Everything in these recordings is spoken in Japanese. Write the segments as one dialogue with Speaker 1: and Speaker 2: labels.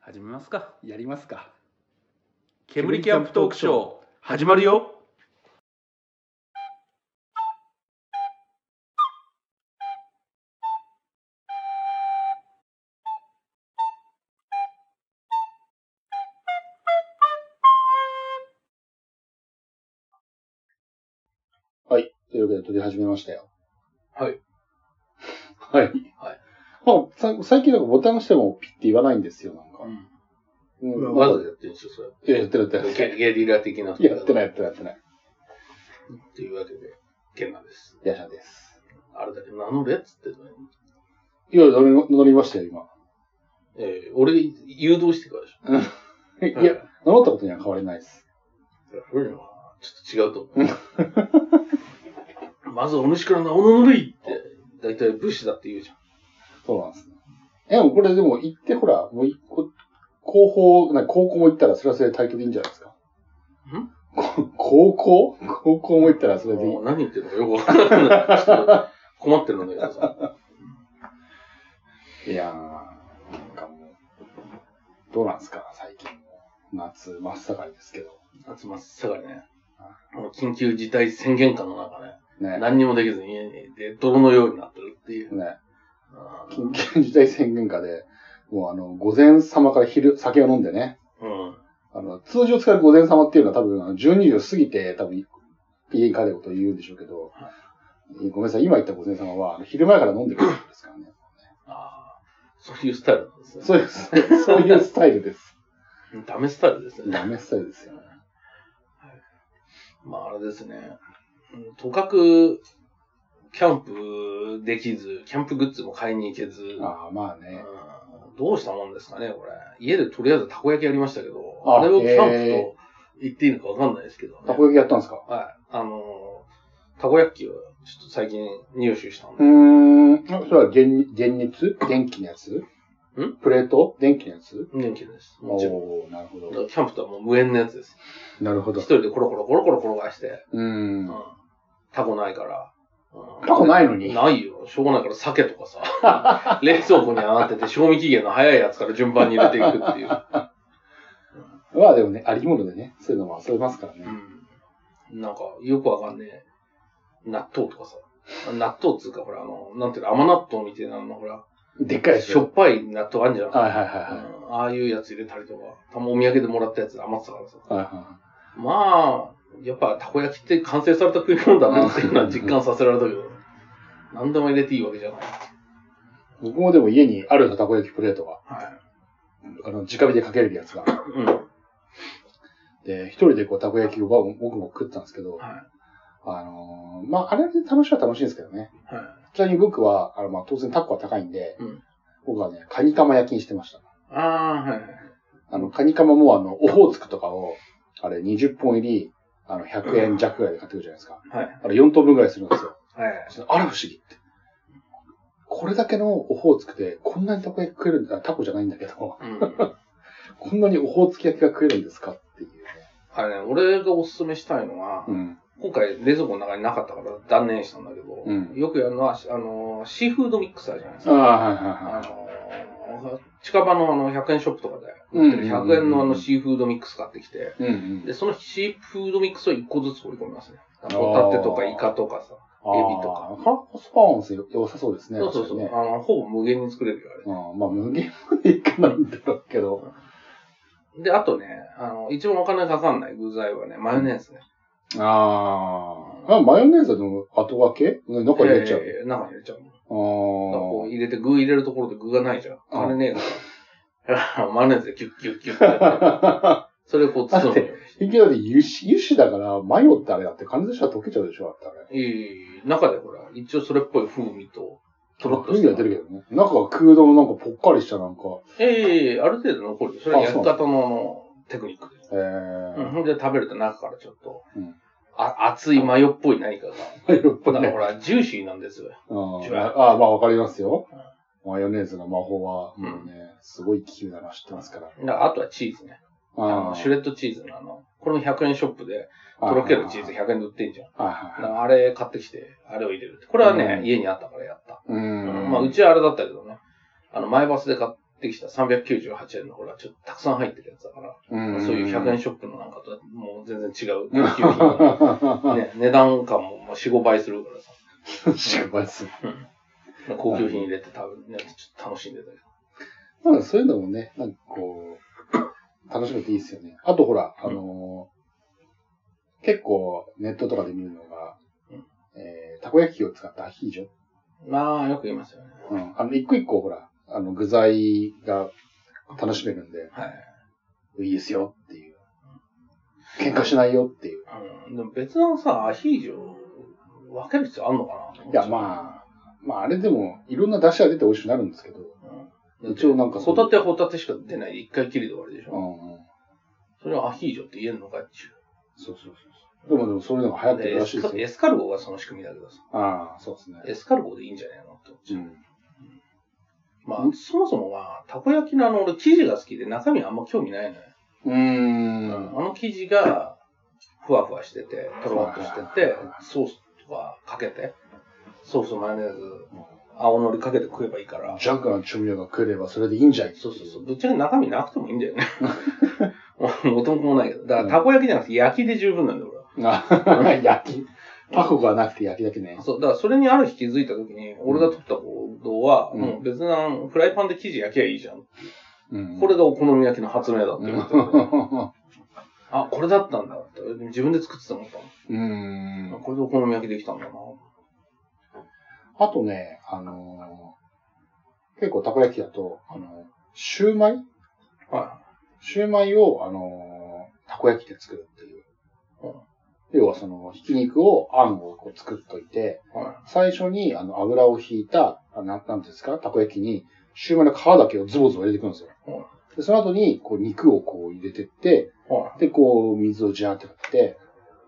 Speaker 1: 始めますか
Speaker 2: やりますか
Speaker 1: 煙キャンプトークショー始まるよ
Speaker 2: はい。というわけで撮り始めましたよ。
Speaker 1: はい。
Speaker 2: はい。
Speaker 1: はい。
Speaker 2: まあ、さ最近なんかボタン押してもピッて言わないんですよ、なんか。うん
Speaker 1: わざとやってるんですよそ
Speaker 2: いや、やってるやって
Speaker 1: れゲゲリラ的な
Speaker 2: る。やってないい、やってない、やってない。
Speaker 1: というわけでケンナです
Speaker 2: ヤシャです。
Speaker 1: あれだけど名乗れっつってんのに
Speaker 2: いや、乗り乗りましたよ、今。
Speaker 1: えー俺誘導してからでし
Speaker 2: い
Speaker 1: ょ
Speaker 2: や、乗ったことには変わりないです。
Speaker 1: 古いのはちょっと違うと思 うまずお主から名を名乗れいって大体武士だって言うじゃん
Speaker 2: そうなんですね。え、でもこれでも行って、ほら、もう一個、高校、なんか高校も行ったらそれはそれで対局でいいんじゃないですか。
Speaker 1: ん
Speaker 2: こ 高校高校も行ったらそれでいい
Speaker 1: も。う何言ってるのかよくわからないちょっと困ってるんだけどさ
Speaker 2: いやー、なんかもう、どうなんすか、最近も。夏真っ盛りですけど。
Speaker 1: 夏真っ盛りねもう緊急事態宣言下の中ね
Speaker 2: ね。
Speaker 1: 何にもできずに家にで泥のようになってるっていう。
Speaker 2: ね。
Speaker 1: あー
Speaker 2: 緊急事態宣言下で、もうあの、午前様から昼、酒を飲んでね。
Speaker 1: うん。
Speaker 2: あの、通常使う午前様っていうのは多分、あの12時を過ぎて、多分、家に帰ることを言うんでしょうけど、ごめんなさい、今言った午前様は、あの昼前から飲んでくるんですからね。
Speaker 1: ああ、そういうスタイルなんですね。
Speaker 2: そういう、そういうスタイルです。
Speaker 1: ダメスタイルですね。
Speaker 2: ダメスタイルですよね。
Speaker 1: まああれですね。うんとかく、キャンプできず、キャンプグッズも買いに行けず、
Speaker 2: ああ、まあ
Speaker 1: う
Speaker 2: ね。
Speaker 1: んどうしたもんですかね、これ。家でとりあえずたこ焼きやりましたけど、
Speaker 2: あ
Speaker 1: あれをキャンプ
Speaker 2: へ
Speaker 1: と言っていいのかわかんないですけど、ね。
Speaker 2: たこ焼きやったんですか
Speaker 1: はい。あのー、たこ焼きをちょっと最近入手したん
Speaker 2: う
Speaker 1: で、
Speaker 2: ーん。それは電電熱電気のやつ
Speaker 1: ん
Speaker 2: プレート電気のやつ
Speaker 1: 元気です。もちろん。
Speaker 2: おおなるほ
Speaker 1: だか
Speaker 2: ど。
Speaker 1: らキャンプとはもう無縁のやつです。
Speaker 2: なるほ
Speaker 1: 一
Speaker 2: ど。
Speaker 1: 人でコロコロコロコロ転がして、
Speaker 2: う
Speaker 1: うんん。タコないから。うん
Speaker 2: タコないのに。
Speaker 1: ないよ。しょうがないから鮭とかさ、 冷蔵庫に上がってて、賞味期限の早いやつから順番に入れていくっていう。
Speaker 2: まあでもね、ありものでね、そういうのも遊べますからね。
Speaker 1: うん。なんか、よくわかんねえ。納豆とかさ。納豆っつうか、ほら、あの、なんていうの、甘納豆みたいなの、ほら、
Speaker 2: でっかいで
Speaker 1: し
Speaker 2: し
Speaker 1: ょ
Speaker 2: ょ。
Speaker 1: っぱい納豆あんじゃん。
Speaker 2: はいはいは
Speaker 1: うんああいうやつ入れたりとか、たまお土産でもらったやつ余ってたからさ。
Speaker 2: いはい。はいは
Speaker 1: まあ、やっぱたこ焼きって完成された食い物だなっていうのは実感させられたけど、何でも入れていいわけじゃない。
Speaker 2: い。僕もでも家にあるのたこ焼きプレートが、
Speaker 1: はい。
Speaker 2: あの、直火でかけれるやつが。
Speaker 1: うん。は
Speaker 2: で、一人でこう、たこ焼きを僕も食ったんですけど、あのーまあ、あれで楽しいは楽しいんですけどね。
Speaker 1: い。はい。
Speaker 2: ちなみに僕は、あの、まあ、当然タコは高いんで、
Speaker 1: うん
Speaker 2: 僕はね、カニカマ焼きにしてました。
Speaker 1: ああ、はいはい。
Speaker 2: あの、カニカマもあの、オホーツクとかを、あれ20本入り、あの、100円弱ぐらいで買ってくるじゃないですか。
Speaker 1: はい。
Speaker 2: あれ4等分ぐらいするんですよ。
Speaker 1: はい。
Speaker 2: それあら不思議って。これだけのオホーツクで、こんなにたこ焼き食えるんだ、タコじゃないんだけど、
Speaker 1: うん。
Speaker 2: こんなにオホーツク焼きが食えるんですかっていうね。
Speaker 1: あれね、俺がおすすめしたいのは、
Speaker 2: うん。
Speaker 1: 今回冷蔵庫の中になかったから断念したんだけど、
Speaker 2: うん
Speaker 1: よくやるのは、あの、シーフードミックスあるじゃないです
Speaker 2: ああ、
Speaker 1: か。
Speaker 2: はい
Speaker 1: あ
Speaker 2: はいはい。
Speaker 1: の、近場のあの100円ショップとかで売ってる100円のあのシーフードミックス買ってきて、
Speaker 2: うんうん。
Speaker 1: で、そのシーフードミックスを1個ずつ掘り込みますね。ホタテとかイカとかさ。エビとか
Speaker 2: あー。コスパ音声良さそうですね。
Speaker 1: そうそうそう。
Speaker 2: 確か
Speaker 1: あの、ほぼ無限に作れるよ、あ
Speaker 2: にねうん、まあ、無限までいかないんだろうけど。
Speaker 1: れ。で、あとね、あの、一番お金かかんない具材はね、マヨネーズね。
Speaker 2: あーあ。マヨネーズの後掛けね中入れちゃう。
Speaker 1: いやいやいや中に入れちゃうの。だか
Speaker 2: あ
Speaker 1: らこう
Speaker 2: ー
Speaker 1: 入れて、具入れるところで具がないじゃん。
Speaker 2: あ
Speaker 1: あれねえから。 マヨネーズでキュッキュッキュッってやって。 それをこう包むようにして。
Speaker 2: いきなり油脂、油脂だから、マヨってあれだって完全したら溶けちゃうでしょ、だってあれ。
Speaker 1: いいいい中でほら、一応それっぽい風味と、とろっと
Speaker 2: 風味
Speaker 1: した
Speaker 2: は出るけどね。中が空洞のなんかぽっかりしたなんか、
Speaker 1: ええある程度残るよ。それは
Speaker 2: あ
Speaker 1: 焼
Speaker 2: そう
Speaker 1: き方のあのテクニックで。
Speaker 2: え
Speaker 1: うん、
Speaker 2: ー、
Speaker 1: ほんで食べると中からちょっと、
Speaker 2: うん
Speaker 1: あ熱いマヨっぽい何かが。
Speaker 2: マヨっぽ
Speaker 1: だ
Speaker 2: い
Speaker 1: から
Speaker 2: ね。
Speaker 1: ほら、ジューシーなんですよ。
Speaker 2: あー
Speaker 1: ジュワッ
Speaker 2: あー、まあわかりますよ。マヨネーズの魔法は、
Speaker 1: うん
Speaker 2: もうね、すごい気球だな、知ってますから。
Speaker 1: だからあとはチーズね。あのシュレッドチーズのあの、これも100円ショップで、とろけるチーズ
Speaker 2: はい
Speaker 1: 100円で売ってんじゃん。
Speaker 2: はいは
Speaker 1: だ
Speaker 2: い
Speaker 1: か。らあれ買ってきて、あれを入れるって。これはね、
Speaker 2: うん
Speaker 1: 家にあったからやった。
Speaker 2: う
Speaker 1: うんんまあ、うちはあれだったけどね。あの、前バスで買っってきた398円のほら、ちょっとたくさん入ってるやつだから、
Speaker 2: うん
Speaker 1: そういう100円
Speaker 2: シ
Speaker 1: ショップのなんかとはもう全然違 う。
Speaker 2: ョ
Speaker 1: ね、値段感もまあ4、5倍するからさ。
Speaker 2: ップ。失敗する。
Speaker 1: 高級品入れて食べるね、ちょっと楽しんでたけど。
Speaker 2: なんかそういうのもね、なんかこう、楽しめていいですよね。あとほら、あのー結構ネットとかで見るのが
Speaker 1: うん、
Speaker 2: えー、たこ焼き器を使ったアヒージョ。
Speaker 1: まあ、よく言いますよね。
Speaker 2: うん。あの、一個一個ほら、あの、具材が楽しめるんで、
Speaker 1: はい。
Speaker 2: いいですよっていう。喧嘩しないよっていう。
Speaker 1: うん、でも別のさ、アヒージョ分ける必要あんのかない
Speaker 2: いや、まあ、まああれでも、いろんな出汁が出て美味しくなるんですけど、
Speaker 1: あ
Speaker 2: 一応なんか
Speaker 1: ホタテはホタテしか出ない。一回きりで終わりでし
Speaker 2: う
Speaker 1: ょ。
Speaker 2: んうん。
Speaker 1: それをアヒージョって言えんのかっちゅう。
Speaker 2: そうそうそうそう。でもでもそういうのが流行ってる
Speaker 1: でエ
Speaker 2: らしいで
Speaker 1: スカ
Speaker 2: す
Speaker 1: エ
Speaker 2: よ。
Speaker 1: スカルゴがその仕組みだけどさ。
Speaker 2: ああ、そうですね。
Speaker 1: エスカルゴでいいんじゃないのと。
Speaker 2: うん。
Speaker 1: まあ
Speaker 2: う、ん
Speaker 1: そもそもは、たこ焼きのあの、俺生地が好きで中身あんま興味ないのよ。
Speaker 2: うー
Speaker 1: あ
Speaker 2: ん。
Speaker 1: の生地が、ふわふわしてて、とろっとしてて、ソースとかかけて、ソース、マヨネーズ、青のりかけて食えばいいから。
Speaker 2: ジャンクな調味料が食えればそれでいいんじゃい
Speaker 1: そうそうそう。ぶっちゃけ中身なくてもいいんだ よね。元も子もないけど。だから、たこ焼きじゃなくて焼きで十分なんだよ、俺は。
Speaker 2: あ 焼き。タコがなくて焼きだけね。
Speaker 1: そう、だからそれにある日気づいた時に、俺が取った行動は、
Speaker 2: うん
Speaker 1: もう別なフライパンで生地焼きゃいいじゃん。
Speaker 2: うん
Speaker 1: これがお好み焼きの発明だって
Speaker 2: う
Speaker 1: 言ってて。
Speaker 2: ん
Speaker 1: あ、これだったんだって。自分で作ってたもんだ。
Speaker 2: うーん。
Speaker 1: これでお好み焼きできたんだな。
Speaker 2: あとね、あのー結構たこ焼きだと、あのシューマイ
Speaker 1: は
Speaker 2: シューマイを、あのーたこ焼きで作るっていう。
Speaker 1: うん
Speaker 2: 要はその、ひき肉を、あんをこう作っといて、
Speaker 1: い。は
Speaker 2: 最初にあの油を引いた、あななんていうんですか、たこ焼きに、シューマイの皮だけをズボズボ入れていくんですよ。
Speaker 1: うん
Speaker 2: でその後に、こう、肉をこう入れてって、
Speaker 1: い。はい。
Speaker 2: で、こう、水をジャーってかけて、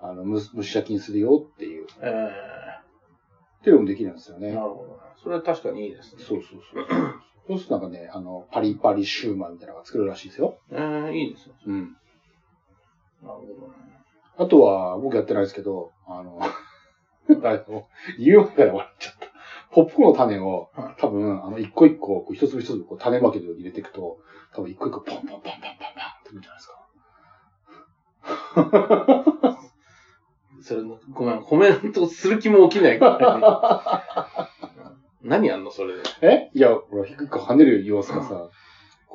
Speaker 2: あの、蒸す蒸し焼きにするよっていう、
Speaker 1: え
Speaker 2: っていうのもできるんですよ
Speaker 1: ー、
Speaker 2: ね
Speaker 1: な。るほどね。それは確かにいいですね。
Speaker 2: そうそうそう。そうするとなんかね、あの、パリパリシューマイみたいなのが作るらしいですよ。
Speaker 1: えー、いいですね。
Speaker 2: うん。
Speaker 1: なるほどね。
Speaker 2: あとは、僕やってないですけど、あの、 あの言う前から笑っちゃった。ポップコーンの種を
Speaker 1: はい、
Speaker 2: 多分、あの、一個一個、こう一粒一粒、こう種まきで入れていくと、多分一個一個、ポンポンポンポンポンポンってくるんじゃないですか。
Speaker 1: それ、ごめん、コメントする気も起きないから ね。何やんの、それで。
Speaker 2: えいや、ほら、一個一個跳ねる様子がさ、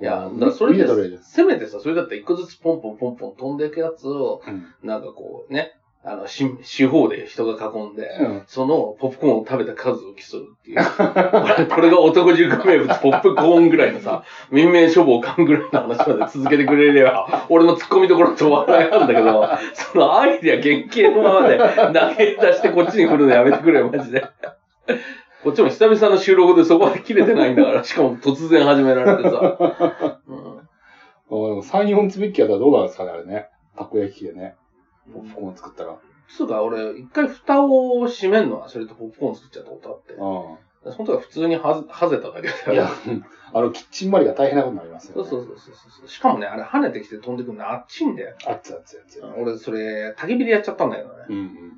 Speaker 1: いや、
Speaker 2: こう
Speaker 1: だからそれ
Speaker 2: 見て取れ
Speaker 1: で
Speaker 2: る、
Speaker 1: せめてさ、それだったら一個ずつポンポンポンポン飛んでいくやつを、
Speaker 2: じゃん。
Speaker 1: なんかこうね、あの、し四方で人が囲んで、
Speaker 2: うん。
Speaker 1: そのポップコーンを食べた数を競うっていう。 俺これが男塾名物ポップコーンぐらいのさ、民命処方感ぐらいの話まで続けてくれれば、俺の突っ込みどころと笑いなんだけど、そのアイディア原型のままで投げ出してこっちに来るのやめてくれよ、マジで。こっちも久々の収録でそこは切れてないんだから、しかも突然始められてさ。う
Speaker 2: う
Speaker 1: ん
Speaker 2: ん。あでも3、4つべきやったらどうなんですかね、あれね。たこ焼き器でね。ポップコーン作ったら。
Speaker 1: つうか、俺、一回蓋を閉めるのは、それとポップコーン作っちゃったことあって。
Speaker 2: う
Speaker 1: その時は普通にはず、はぜただけだ
Speaker 2: ん。い
Speaker 1: よ
Speaker 2: や。、あの、キッチン周りが大変なことになりますよ、ね。
Speaker 1: そうそうそうそうそう。しかもね、あれ跳ねてきて飛んでくるのあっちいんだよ。
Speaker 2: あっつあっつあっつ。
Speaker 1: 俺、それ、焚き火でやっちゃったんだけどね。
Speaker 2: うんうん。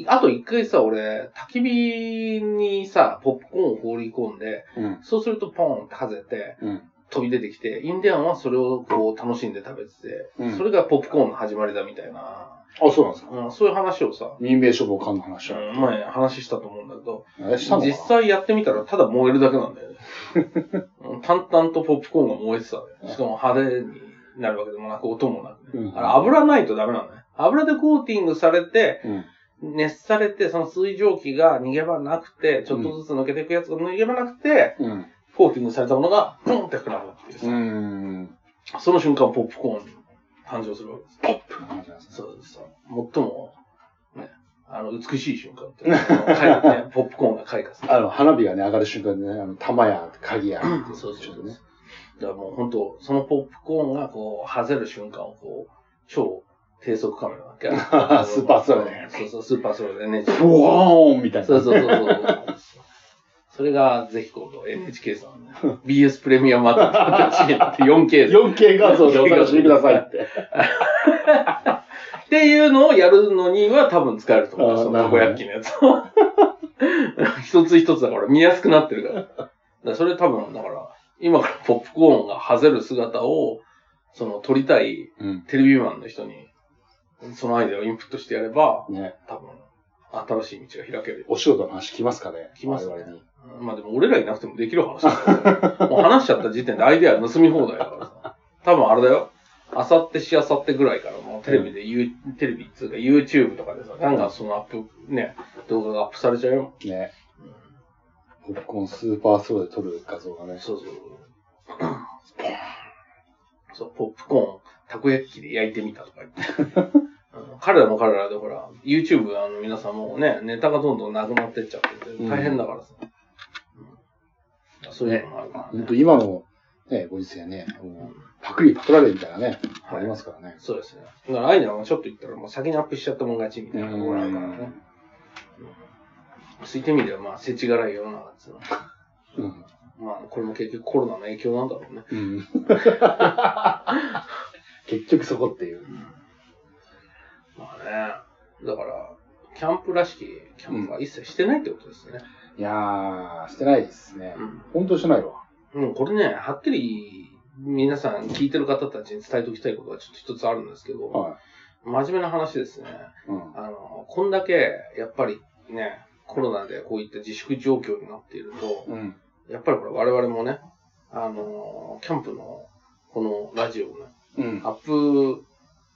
Speaker 1: で、あと一回さ、俺、焚き火にさ、ポップコーンを放り込んで、
Speaker 2: うん。
Speaker 1: そうするとポーンって外れて、
Speaker 2: うん。
Speaker 1: 飛び出てきて、インディアンはそれをこう楽しんで食べてて、
Speaker 2: うん
Speaker 1: それがポップコーンの始まりだみたいな、
Speaker 2: あ、そうなんですか。
Speaker 1: うん、そういう話をさ、
Speaker 2: 民命処方官の話は。
Speaker 1: うん前話したと思うんだけど、
Speaker 2: え、したのかな
Speaker 1: 実際やってみたらただ燃えるだけなんだよ ね。うん淡々とポップコーンが燃えてたね。しかも派手になるわけでもなく、音もなく。
Speaker 2: うん
Speaker 1: あれ油ないとダメなんだね。油でコーティングされて、
Speaker 2: うん。
Speaker 1: 熱されて、その水蒸気が逃げ場なくて、ちょっとずつ抜けていくやつが逃げ場なくて、
Speaker 2: うん。
Speaker 1: コーティングされたものが、ポンって膨らむっていう
Speaker 2: う
Speaker 1: さ、
Speaker 2: ん。
Speaker 1: その瞬間、ポップコーン、誕生するわけです。
Speaker 2: ポップの話なんですね
Speaker 1: そうです。最も、ね、あの、美しい瞬間っていうのは、開花 ね、ポップコーンが開花する。
Speaker 2: あの、花火がね、上がる瞬間でね、あの、玉や鍵や。
Speaker 1: そうそうそう。
Speaker 2: ね。
Speaker 1: だからもう本当、そのポップコーンがこう、はぜる瞬間をこう、超低速カメラだっけ
Speaker 2: スーパースローね。
Speaker 1: そうそう、スーパースローでね。
Speaker 2: ブワーンみたいな。
Speaker 1: そうそうそうそう。それが、ぜひ今度 NHK さん、ね、BS プレミアムアップしてほしいなって 4K で。
Speaker 2: 4K 画像でお楽しみくださいって。
Speaker 1: っていうのをやるのには多分使えると思う。
Speaker 2: あー
Speaker 1: その
Speaker 2: なるほ
Speaker 1: たこ
Speaker 2: どね
Speaker 1: 焼きのやつを。 一つ一つだから見やすくなってるから。だからそれ多分、だから、今からポップコーンがはぜる姿を、その撮りたい
Speaker 2: うん。
Speaker 1: テレビマンの人に、そのアイデアをインプットしてやれば、
Speaker 2: ね。
Speaker 1: 多分、新しい道が開けるよ。
Speaker 2: お仕事の話来ますかね
Speaker 1: 来ますね
Speaker 2: 我々に。
Speaker 1: まあでも俺らいなくてもできる話だから、もう話しちゃった時点でアイデア盗み放題だからさ。多分あれだよ。あさってしあさってぐらいからもうテレビで、ゆうテレビっつうか YouTube とかでさ、ガンガンそのアップ、ね、動画がアップされちゃうよ。
Speaker 2: ね。ポップコーンスーパースローで撮る画像がね。
Speaker 1: そうそう。そう、ポップコーン、たこ焼き器で焼いてみたとか言って。うん彼らも彼らでほら、YouTube あの皆さんもうね、ネタがどんどんなくなってっちゃってて、大変だからさ。うんそういうのもあるから
Speaker 2: ほん
Speaker 1: ね。
Speaker 2: と今の、ね、ご時世ね、もうパクリパクられみたいなね、ありますからね。
Speaker 1: そうですね。だからアイデアがちょっと言ったらもう先にアップしちゃったもん勝ちみたいなところあるからね。ついてみればまあ、世知辛い世の中ですよ。
Speaker 2: うん。
Speaker 1: まあ、これも結局コロナの影響なんだろうね。
Speaker 2: うん。結局そこっていう。
Speaker 1: まあね。だから、キャンプらしきキャンプは一切してないってことですね。
Speaker 2: いやー、してないですね。
Speaker 1: うん。
Speaker 2: ほんとしてないわ。
Speaker 1: もうこれね、はっきり皆さん聞いてる方たちに伝えておきたいことがちょっと一つあるんですけど、
Speaker 2: は
Speaker 1: 真面目な話ですね。
Speaker 2: い。うん。
Speaker 1: あの、こんだけ、やっぱりね、コロナでこういった自粛状況になっていると、
Speaker 2: うん。
Speaker 1: やっぱりこれ我々もね、あのーキャンプのこのラジオをね、
Speaker 2: うん
Speaker 1: ア。ップ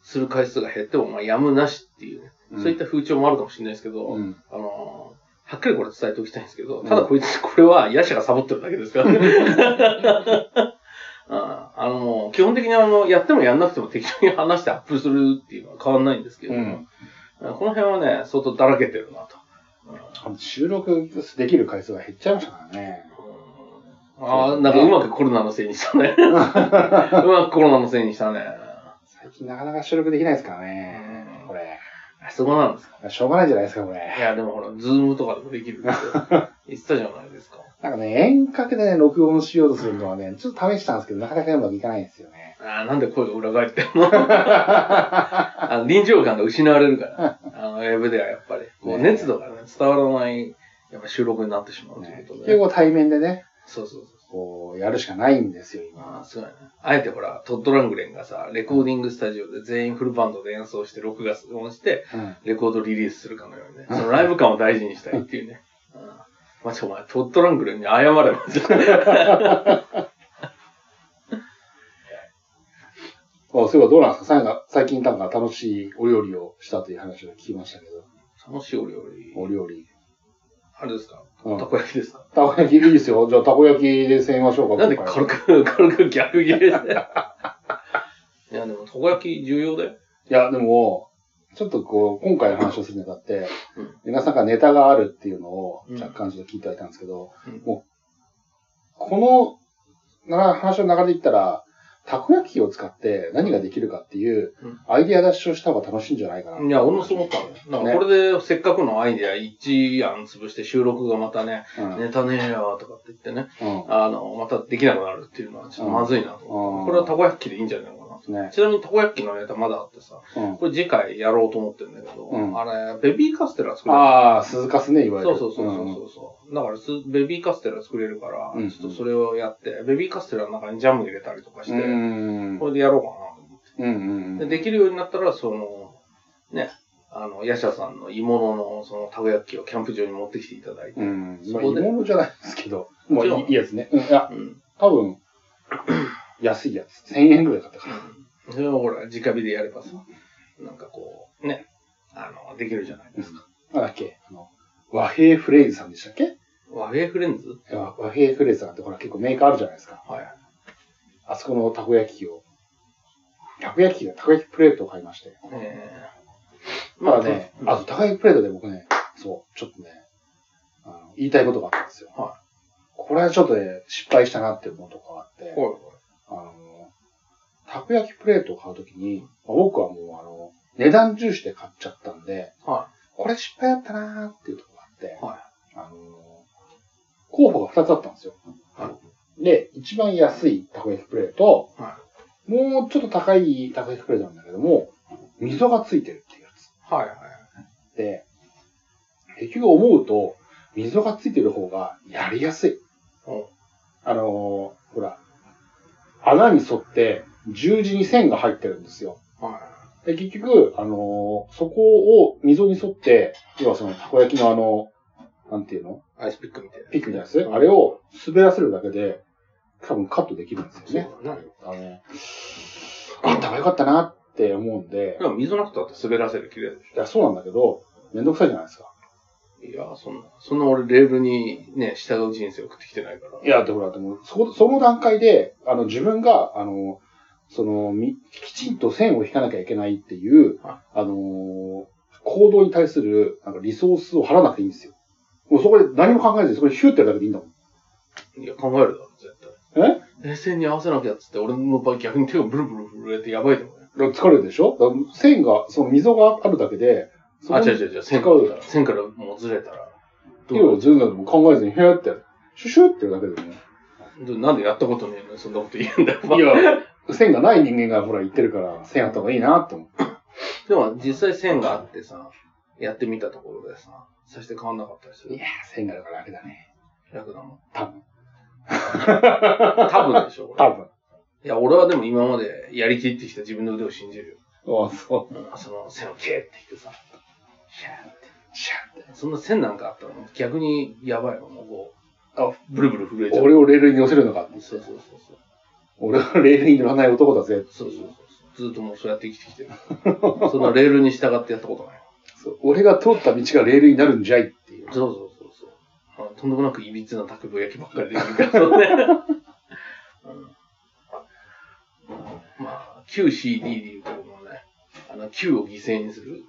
Speaker 1: する回数が減っても、まあ、やむなしっていうね、そういった風潮もあるかもしれないですけど、
Speaker 2: うん。
Speaker 1: あのーはっきりこれ伝えておきたいんですけど、
Speaker 2: うん
Speaker 1: ただこいつ、これは、野手がサボってるだけですか らね。 ああのー基本的にあの、やってもやんなくても適当に話してアップするっていうのは変わんないんですけど、
Speaker 2: うん
Speaker 1: この辺はね、相当だらけてるなと。
Speaker 2: あの収録できる回数が減っちゃいましたからね。
Speaker 1: うんああ、なんかうまくコロナのせいにした ね。うまくコロナのせいにしたね。
Speaker 2: 最近なかなか収録できないですからね。これ。
Speaker 1: あそこなんですか。
Speaker 2: しょうがないじゃないですか、こ
Speaker 1: い
Speaker 2: れ。
Speaker 1: や、でもほら、ズームとかでもできる って言ってたじゃないですか。
Speaker 2: なんかね、遠隔でね、録音しようとするのはね、ちょっと試したんですけど、なかなかうまくいかないんですよね。
Speaker 1: ああ、なんで声が裏返ってんのあの臨場感が失われるから。あの、ウェブではやっぱり。こう
Speaker 2: ね
Speaker 1: 熱度がね、伝わらない、やっぱ収録になってしまうとい
Speaker 2: ね
Speaker 1: うこと
Speaker 2: 結
Speaker 1: で。
Speaker 2: 構対面でね、
Speaker 1: そうそうそう。
Speaker 2: こう、やるしかないんですよ、
Speaker 1: まあ、
Speaker 2: 今。
Speaker 1: すごいね。あえてほら、トッド・ラングレンがさ、レコーディングスタジオで全員フルバンドで演奏して、録画音して、
Speaker 2: うん。
Speaker 1: レコードリリースするかのようにね。そのライブ感を大事にしたいっていうね。うん、まあ、ちょ、お前、トッドラングルに謝れよ。
Speaker 2: あそういえばどうなんですか最後最近なんか楽しいお料理をしたという話を聞きましたけど。
Speaker 1: 楽しいお料理。
Speaker 2: お料理。
Speaker 1: あれですか
Speaker 2: うん
Speaker 1: たこ焼きですか
Speaker 2: たこ焼きいいです よ。じゃあたこ焼きで攻めましょうか。
Speaker 1: なんで
Speaker 2: 今
Speaker 1: 軽
Speaker 2: 回
Speaker 1: く、軽く逆ギレして。いや、でも、たこ焼き重要だよ。
Speaker 2: いや、でも、ちょっとこう、今回の話をするにあたって
Speaker 1: うん、
Speaker 2: 皆さんがネタがあるっていうのを
Speaker 1: うん
Speaker 2: 若干ちょっと聞いてはいたんですけど、
Speaker 1: うん
Speaker 2: もう、このな話の流れで言ったら、たこ焼き器を使って何ができるかっていう
Speaker 1: うん
Speaker 2: アイディア出しをした方が楽しいんじゃないかな。
Speaker 1: いや、俺もそう思ったんだよ。だから、これで、せっかくのアイデア一案潰して収録がまたね、
Speaker 2: うん。
Speaker 1: ネタねえよとかって言ってね、
Speaker 2: うん
Speaker 1: あの、またできなくなるっていうのは、ちょっとまずいなと思
Speaker 2: う
Speaker 1: って。
Speaker 2: ん
Speaker 1: これはたこ焼きでいいんじゃないのかな。
Speaker 2: ね。
Speaker 1: ちなみに、たこ焼きのネタまだあってさ、
Speaker 2: うん
Speaker 1: これ次回やろうと思ってるんだけど、
Speaker 2: うん
Speaker 1: あれ、ベビーカステラ作れる。
Speaker 2: ああ、鈴鹿すね、いわゆ
Speaker 1: そ
Speaker 2: る。
Speaker 1: うそうそうそうそう、だからす、ベビーカステラ作れるから、
Speaker 2: うん
Speaker 1: ちょっとそれをやって、ベビーカステラの中にジャム入れたりとかして、
Speaker 2: うんうん
Speaker 1: これでやろうかなと思って。
Speaker 2: うんうんう
Speaker 1: で
Speaker 2: ん。
Speaker 1: できるようになったら、その、ね、あの、ヤシャさんの鋳物の、その、たこ焼き器をキャンプ場に持ってきていただいて、
Speaker 2: うん。
Speaker 1: そ
Speaker 2: まあ、
Speaker 1: こ
Speaker 2: いい
Speaker 1: で
Speaker 2: ものじゃないですけど、まあ、
Speaker 1: じゃあ
Speaker 2: いいいいやつね。うん、いや、
Speaker 1: うん。
Speaker 2: 多 分、安いやつ。1000円ぐらいだったかな。
Speaker 1: それをほら、直火でやればさ、なんかこう、ね、あの、できるじゃないですか。
Speaker 2: なんだっけあの、和平フレーズさんでしたっけ
Speaker 1: 和平フレンズ
Speaker 2: いや和平フレーズさんってほら結構メーカーあるじゃないですか。
Speaker 1: はい。
Speaker 2: あそこのたこ焼き器を。たこ焼き器がたこ焼きプレートを買いまして。
Speaker 1: えー、
Speaker 2: まあね、
Speaker 1: うん
Speaker 2: あとたこ焼きプレートで僕ね、そう、ちょっとね、あの言いたいことがあったんですよ。
Speaker 1: はい
Speaker 2: これはちょっとね、失敗したなって思うとこがあって。
Speaker 1: ほいほい。
Speaker 2: あの、たこ焼きプレートを買うときに、まあ僕はもうあの、値段重視で買っちゃったんで、
Speaker 1: は
Speaker 2: これ失敗だったなーっていうところがあって、
Speaker 1: はい
Speaker 2: あの、候補が2つあったんですよ。
Speaker 1: は
Speaker 2: で、一番安いたこ焼きプレート、
Speaker 1: は
Speaker 2: もうちょっと高いたこ焼きプレートなんだけども、溝がついてるっていうや
Speaker 1: い。はいはい。
Speaker 2: つで、結局思うと、溝がついてる方がやりやすい。
Speaker 1: うん
Speaker 2: あのーほら、穴に沿って十字に線が入ってるんですよ。
Speaker 1: は
Speaker 2: で、結局、あのーそこを溝に沿って、要はその、たこ焼きのあの、なんていうの
Speaker 1: い。アイスピックみたいな。
Speaker 2: ピックみたいなやつ、あれを滑らせるだけで、多分カットできるんですよね。
Speaker 1: そうだね。
Speaker 2: あの、あった方がよかったなって思うんで
Speaker 1: で、も溝なくたって滑らせる綺麗でし
Speaker 2: いや、そうなんだけど、めんどくさいじゃないですか。
Speaker 1: ょ。いや、そんな、そんな俺レールにね、従う人生送ってきてないから。
Speaker 2: いや、でもだってもう、そこ、その段階で、あの、自分が、あの、その、み、きちんと線を引かなきゃいけないっていう、
Speaker 1: は
Speaker 2: あのー行動に対する、なんかリソースを張らなくていいんですよ。もうそこで何も考えずに、そこでヒューってやるだけでいいんだもん。
Speaker 1: いや、考えるだろ、絶対。
Speaker 2: え
Speaker 1: 冷静に合わせなきゃっつって、俺の場合逆に手をブルブル震えてやばいと思うよ。
Speaker 2: だから疲れるでしょだから線が、その溝があるだけで、そこ
Speaker 1: あ、
Speaker 2: に
Speaker 1: 違う違う違う、線から、線からもうずれたら。
Speaker 2: 手をずんずん考えずに、ヒューって、シュシューってやるだけでも、
Speaker 1: でなんでやったことねえのにそんなこと言うんだよ。
Speaker 2: いや、線がない人間がほら言ってるから、線あった方がいいなって思う。
Speaker 1: でも実際線があってさ、やってみたところでさ、さして変わんなかったりする。、
Speaker 2: 線があるから楽だね。
Speaker 1: 楽だもん。
Speaker 2: 多分。
Speaker 1: 多分でしょ、
Speaker 2: 多
Speaker 1: 俺。
Speaker 2: 分。
Speaker 1: いや、俺はでも今までやりきってきた自分の腕を信じるよ。
Speaker 2: あそう。
Speaker 1: その線をキーって引くさ、シャーって。
Speaker 2: シャ
Speaker 1: そんな線なんかあったら逆にやばいわ、もうこう。あ、ブルブル震えちゃう。
Speaker 2: 俺をレールに乗せるのか。
Speaker 1: そうそうそうそう。
Speaker 2: 俺はレールに乗らない男だぜ。
Speaker 1: そうそうそう。ずっともうそうやって生きてきてる。そんなレールに従ってやったことない。
Speaker 2: そう俺が通った道がレールになるんじゃいっていう。
Speaker 1: そうそうそうそう。あとんでもなくいびつな卓上焼きばっかりできるからね。うんまあ、QCD で言うとこのね、あの、Q を犠牲にする。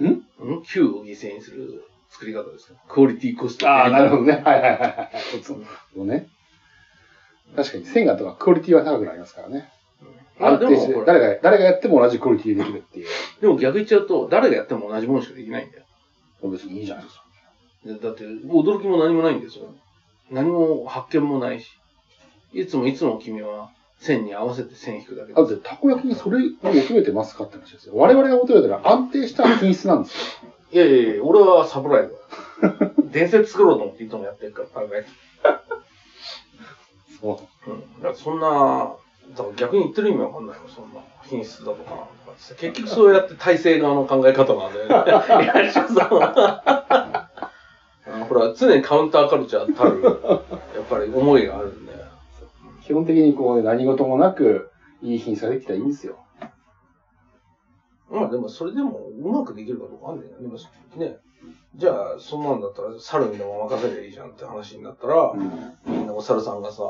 Speaker 2: ん
Speaker 1: ん ?Q を犠牲にする作り方ですか。クオリティコスト。
Speaker 2: ああ、なるほ
Speaker 1: ど。
Speaker 2: どね。 はいはいはいはい。そうそうね。確かに線があった方がクオリティは高くなりますからね。
Speaker 1: あ
Speaker 2: 安
Speaker 1: で
Speaker 2: 定
Speaker 1: も
Speaker 2: して
Speaker 1: ほら
Speaker 2: 誰が、誰がやっても同じクオリティでできるっていう。
Speaker 1: でも逆言っちゃうと、誰がやっても同じものしかできないんだよ。
Speaker 2: 別にいいじゃないですか。
Speaker 1: でだって、驚きも何もないんですよ。何も発見もないし。いつもいつも君は線に合わせて線引くだけ
Speaker 2: あと、たこ焼きにそれを求めてますかって話ですよ。我々が求めてるのは安定した品質なんですよ。
Speaker 1: いやいやいや、俺はサプライズだ。伝説作ろうと思っていつもやってるから、考えて。
Speaker 2: そう。
Speaker 1: うん。だからそんな、だから逆に言ってる意味わかんないよ、そんな。品質だとかなんとかって。結局そうやって体制側の考え方なんだよね。いや、しょさん。ほら、常にカウンターカルチャーたる、やっぱり思いがあるんで。
Speaker 2: 基本的にこうね、何事もなく、いい品質ができたらいいんですよ。
Speaker 1: まあでも、それでもうまくできるかどうかあんねんなでもね、じゃあ、そんなんだったら、猿にでも任せりゃいいじゃんって話になったら、みんなお猿さんがさ、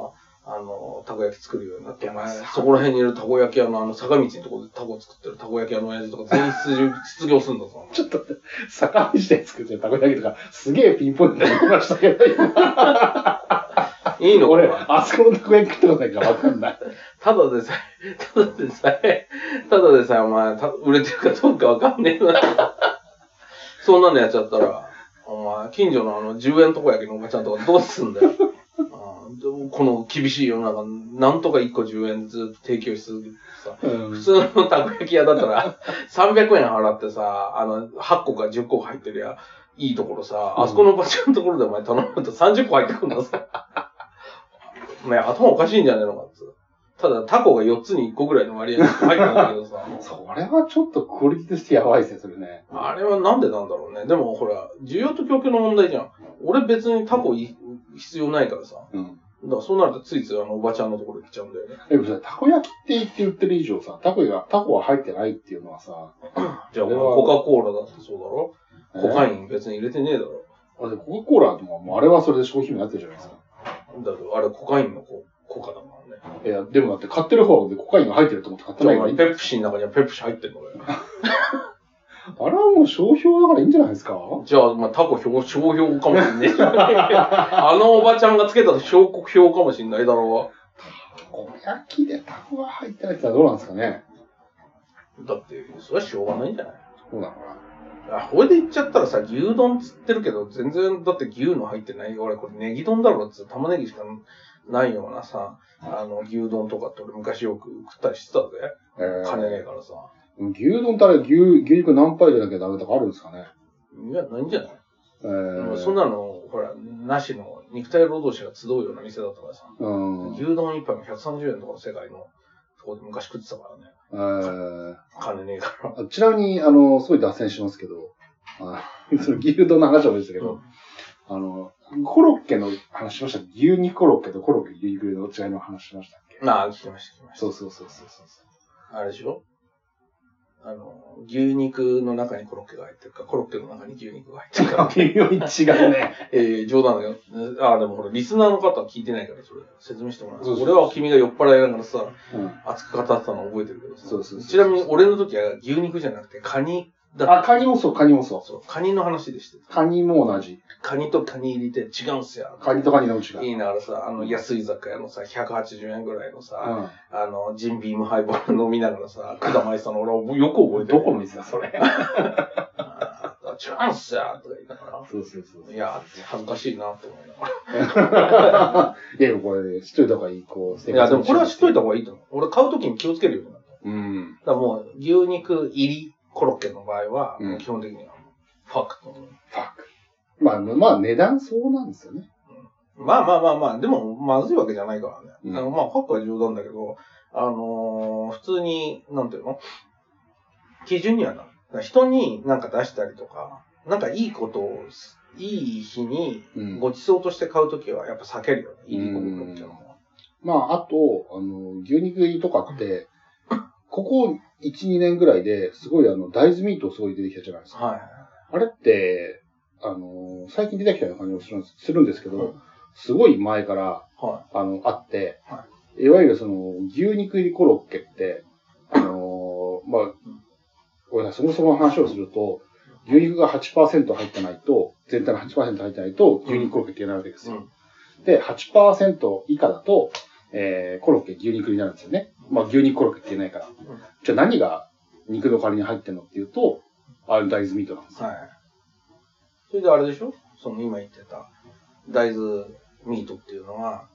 Speaker 1: あの、たこ焼き作るようになって、お前、そこら辺にいるたこ焼き屋のあの、坂道のとこでたこ作ってるたこ焼き屋の親父とか全員出場失業するんだぞ。
Speaker 2: ちょっと、坂道で作ってるたこ焼きとか、すげえピンポイントで言いましたけど、
Speaker 1: いいの
Speaker 2: 俺、
Speaker 1: これ
Speaker 2: あそこのたこ焼き食ったことないからわかんない。。
Speaker 1: ただでさえ、 ただでさえ、ただでさえお前、た売れてるかどうかわかんねえな。 そんなのやっちゃったら、お前、近所のあの、10円とこ焼きのおばちゃんとかどうすんだよ。あーでもこの厳しい世の中、なんとか1個10円ずつ提供し続けてさ、普通のたこ焼き屋だったら、300円払ってさ、あの、8個か10個入ってりゃ、いいところさ、あそこの場所のところでお前頼むと30個入ってくるんださ。 お前頭おかしいんじゃねえのかっつう。ただ、タコが4つに1個ぐらいの割合で入ってんだけどさ
Speaker 2: それはちょっとクオリティとしてやばいですね、それね。
Speaker 1: あれはなんでなんだろうね。でもほら、需要と供給の問題じゃん。俺別にタコい必要ないからさ。
Speaker 2: うん。
Speaker 1: だからそうなるとついついあのおばちゃんのところ行っちゃうんだよね。
Speaker 2: え、それたこ焼きって言って売ってる以上さ、たこが、タコは入ってないっていうのはさ、
Speaker 1: じゃあ、コカ・コーラだってそうだろ
Speaker 2: え
Speaker 1: コカイン別に入れてねえだろ。
Speaker 2: あでコカ・コーラとか、もうあれはそれで商品になってるじゃないですか。
Speaker 1: だってあれコカインのココカだからね。
Speaker 2: いや、でもだって買ってる方でコカインが入ってると思って買って
Speaker 1: じゃ
Speaker 2: な
Speaker 1: あ
Speaker 2: い
Speaker 1: お
Speaker 2: から
Speaker 1: 前ペプシの中にはペプシ入ってんのかよ。
Speaker 2: あれはもう商標だからいいんじゃないですか
Speaker 1: じゃあ、まあ、タコ表、商標かもしんねえ。あのおばちゃんがつけた証拠表かもしんないだろ
Speaker 2: たこ焼きでタコが入ってないってのはどうなんですかね
Speaker 1: う。だって、それはしょうがないんじゃない
Speaker 2: そうなのかな
Speaker 1: あ、これで言っちゃったらさ、牛丼つってるけど、全然、だって牛の入ってないよ。俺、これネギ丼だろっつって玉ねぎしかないようなさ、あの、牛丼とかって俺昔よく食ったりしてたぜ。
Speaker 2: えー
Speaker 1: 金ねえからさ。
Speaker 2: 牛丼ってあれ牛、牛肉何杯でなきゃダメとかあるんですかね
Speaker 1: いや、ないんじゃない
Speaker 2: えー
Speaker 1: そんなの、ほら、なしの肉体労働者が集うような店だったからさ、
Speaker 2: うん。え
Speaker 1: 牛丼一杯も130円とかの世界の、そこで昔食ってたからね。
Speaker 2: ー
Speaker 1: 金ねえから。
Speaker 2: あちなみに、あの、すごい脱線しますけど、あ その牛丼の話もですけど、あの、コロッケの話しました。牛肉コロッケとコロッケ牛肉の違いの話しましたっけ
Speaker 1: なあ、聞きました、聞きました。
Speaker 2: そうそうそうそうそう。。
Speaker 1: あれでしょあの、牛肉の中にコロッケが入ってるか、コロッケの中に牛肉が入ってるか
Speaker 2: 微妙に違うね。
Speaker 1: えー、冗談だよ。ああ、でもほら、リスナーの方は聞いてないから、それ説明してもらう。
Speaker 2: そうそう
Speaker 1: 俺は君が酔っ払いながらさ、
Speaker 2: うん。
Speaker 1: 熱く語ってたの覚えてるけどさ。
Speaker 2: そうそうそう
Speaker 1: ちなみに俺の時は牛肉じゃなくてカニだった。
Speaker 2: あ、カニもそう、カニもそ
Speaker 1: そう、カニの話でして
Speaker 2: う。カニも同じ。
Speaker 1: カニとカニ入れて違うんすよ。
Speaker 2: カニとカニの違
Speaker 1: い
Speaker 2: い。
Speaker 1: いならさ、あの安い居酒屋のさ、180円ぐらいの
Speaker 2: う
Speaker 1: さ、
Speaker 2: ん。
Speaker 1: あの、ジンビームハイボール飲みながらさ、くだまいさんの俺はよく覚えてる。
Speaker 2: どこの店だ、それ。
Speaker 1: あーチャンスやとか言いなが
Speaker 2: そうそうそう
Speaker 1: ら。いや、恥ずかしいなと思いなが
Speaker 2: いや、でもこれ、しといた方がいい、こう、
Speaker 1: ら。いや、でもこれは知っとい
Speaker 2: た。
Speaker 1: た方がいいと思う。俺買うときに気をつけるようになった。だ
Speaker 2: うん。
Speaker 1: からもう、牛肉入りコロッケの場合は、
Speaker 2: うん
Speaker 1: 基本的には、ファクト。
Speaker 2: ファック。まあ、まあ、値段そうなんですよね。
Speaker 1: まあまあまあまあ、でも、まずいわけじゃないからね。
Speaker 2: うん
Speaker 1: あのまあ、ファックは冗談だけど、あのー普通に、なんていうの基準にはなる。だから人になんか出したりとか、なんかいいことをす、いい日に
Speaker 2: うん
Speaker 1: ご馳走として買うときは、やっぱ避けるよね。いいコロッケっていうのは。
Speaker 2: まあ、あと、あの、牛肉入りとか って、ここ1、2年ぐらいですごいあの、大豆ミートすごい出てきたじゃないですか。
Speaker 1: はい。
Speaker 2: あれって、あの、最近出てきたような感じもするんですするんですけど、すごい前から、
Speaker 1: は
Speaker 2: あの、あって、、
Speaker 1: はい
Speaker 2: わゆるその、牛肉入りコロッケって、あのーまあ、ごめんなさい、そもそもの話をすると、牛肉が8%入ってないと、全体の8%入ってないと、牛肉コロッケって言えないわけですよ。で、8%以下だと、えー、コロッケ牛肉になるんですよね。まあ、牛肉コロッケって言えないから。じゃあ何が肉の代わりに入ってるのっていうと、あの大豆ミートなんですよ。
Speaker 1: はい。それであれでしょその今言ってた大豆ミートっていうのは、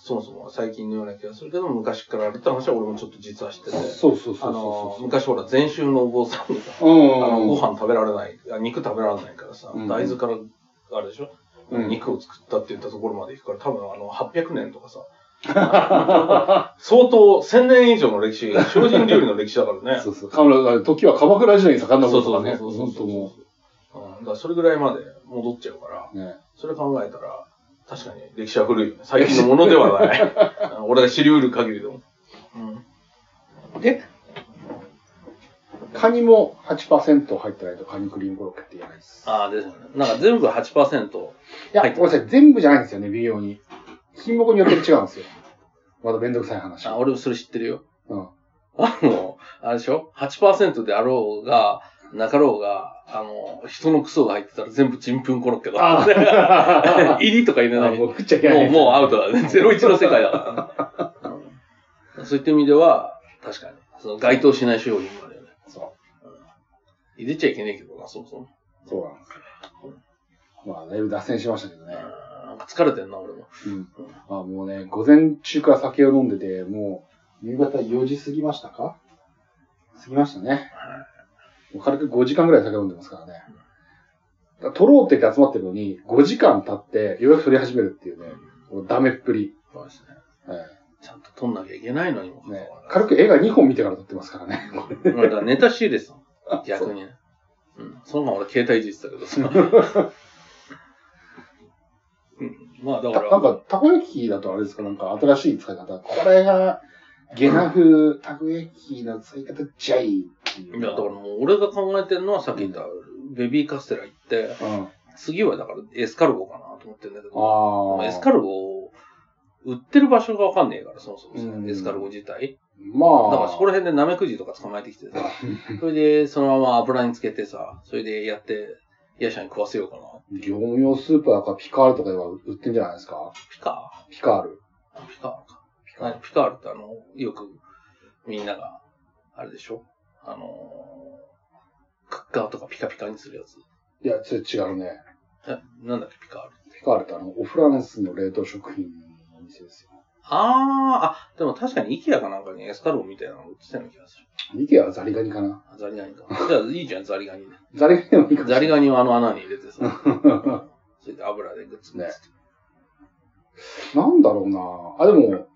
Speaker 1: そもそもは最近のような気がするけど、昔からあるって話は俺もちょっと実は知ってて。
Speaker 2: そうそうそうそ
Speaker 1: あ
Speaker 2: う
Speaker 1: の
Speaker 2: そ
Speaker 1: ー、昔ほら、前週のお坊さんにさ、
Speaker 2: う。うん
Speaker 1: あの
Speaker 2: うんう
Speaker 1: ご
Speaker 2: ん。
Speaker 1: 飯食べられない、あ肉食べられないからさ、
Speaker 2: うん
Speaker 1: 大豆から、あれでしょ、
Speaker 2: うん
Speaker 1: 肉を作ったって言ったところまで行くから、多分あの、800年とかさ、 相当1000年以上の歴史、精進料理の歴史だから ね。
Speaker 2: そうそう。鎌倉あの時は鎌倉時代に盛んな
Speaker 1: そ
Speaker 2: こ
Speaker 1: う
Speaker 2: と
Speaker 1: そ
Speaker 2: と
Speaker 1: う
Speaker 2: かね。
Speaker 1: そうそう
Speaker 2: 本当も
Speaker 1: うんだからそれぐらいまで戻っちゃうから、
Speaker 2: う。ね。
Speaker 1: それ考えたら、確かに歴史は古いよね。最近のものでは ない。うん俺が知り得る限りでも。うん。
Speaker 2: で、カニも8%入ってないとカニクリームコロッケって言えないです。
Speaker 1: ああ、ですよね。なんか全部8%。
Speaker 2: いや、
Speaker 1: 入っ
Speaker 2: ご
Speaker 1: て
Speaker 2: めんなさい。全部じゃないんですよね、微妙に。品目によって違うんですよ。まためんどくさい話。
Speaker 1: あ、俺もそれ知ってるよ。
Speaker 2: うん。
Speaker 1: あの、あれでしょ ?8% であろうが、なかろうが、あの、人のクソが入ってたら全部チンプンコロッケだ。
Speaker 2: あ
Speaker 1: 入りとか入れない。
Speaker 2: もう食っちゃいけな
Speaker 1: も
Speaker 2: い。
Speaker 1: う、もうアウトだね。ゼロ一の世界だから、そういった意味では、確かに。その該当しない商品もあるよね。
Speaker 2: そ
Speaker 1: 入れちゃいけないけどな、そもそも。
Speaker 2: う。そうなんですよ。まあ、だいぶ脱線しましたけどね。
Speaker 1: うんなんか疲れてんな、俺も。
Speaker 2: うん。まあ、もうね、午前中から酒を飲んでて、もう、夕方4時過ぎましたか過ぎましたね。もう軽く5時間ぐらい酒飲んでますからね。だから取ろうって言って集まってるのに、5時間経って、ようやく取り始めるっていうね、このダメっぷり。
Speaker 1: そうですね。
Speaker 2: はい
Speaker 1: ちゃんと撮んなきゃいけないのにもかかわら
Speaker 2: ね
Speaker 1: ず。、
Speaker 2: 軽く映画2本見てから撮ってますからね。
Speaker 1: うんだからネタ仕入れてたの。逆にね。うん。そのまま俺携帯いじってたけどさ。 うんまあだ
Speaker 2: た
Speaker 1: か
Speaker 2: なん
Speaker 1: ら、
Speaker 2: か、たこ焼きだとあれですか、なんか新しい使い方。これが、ゲナ風たこ焼きの使い方じゃいっていう。
Speaker 1: いやだからもう俺が考えてるのはさっき言ったベビーカステラ行って、
Speaker 2: うん。あ
Speaker 1: 次はだからエスカルゴかなと思ってんだけど、
Speaker 2: あ。
Speaker 1: エスカルゴ売ってる場所がわかんねえから、そもそもさ
Speaker 2: うん
Speaker 1: エスカルゴ自体。
Speaker 2: まあ。
Speaker 1: だからそこら辺でナメクジとか捕まえて きてさ、それでそのまま油につけてさ、それでやって、ヤシャに食わせようかな。
Speaker 2: 業務用スーパーかピカールとかでは売ってんじゃないですか
Speaker 1: ピカ
Speaker 2: ピカール。
Speaker 1: ーピカールか。はいピカールってあの、よくみんなが、あれでしょあのー、クッカーとかピカピカにするやつ。
Speaker 2: いや、それ違うね。
Speaker 1: えなんだっけ、ピカール。
Speaker 2: ピカールってあの、オフランスの冷凍食品のお店ですよ。
Speaker 1: あー、あ、でも確かに IKEA かなんかにエスカローみたいなの売ってたような気がする。
Speaker 2: イケアはザリガニかな
Speaker 1: あザリガ ニか。じゃあいいじゃん、ザリガ ニで。
Speaker 2: ザリガニでもいいかもし
Speaker 1: ザ
Speaker 2: れ
Speaker 1: リ
Speaker 2: ない。
Speaker 1: ガニをあの穴に入れてさ、それで油でグツグツって。
Speaker 2: なんだろうなあ、でも、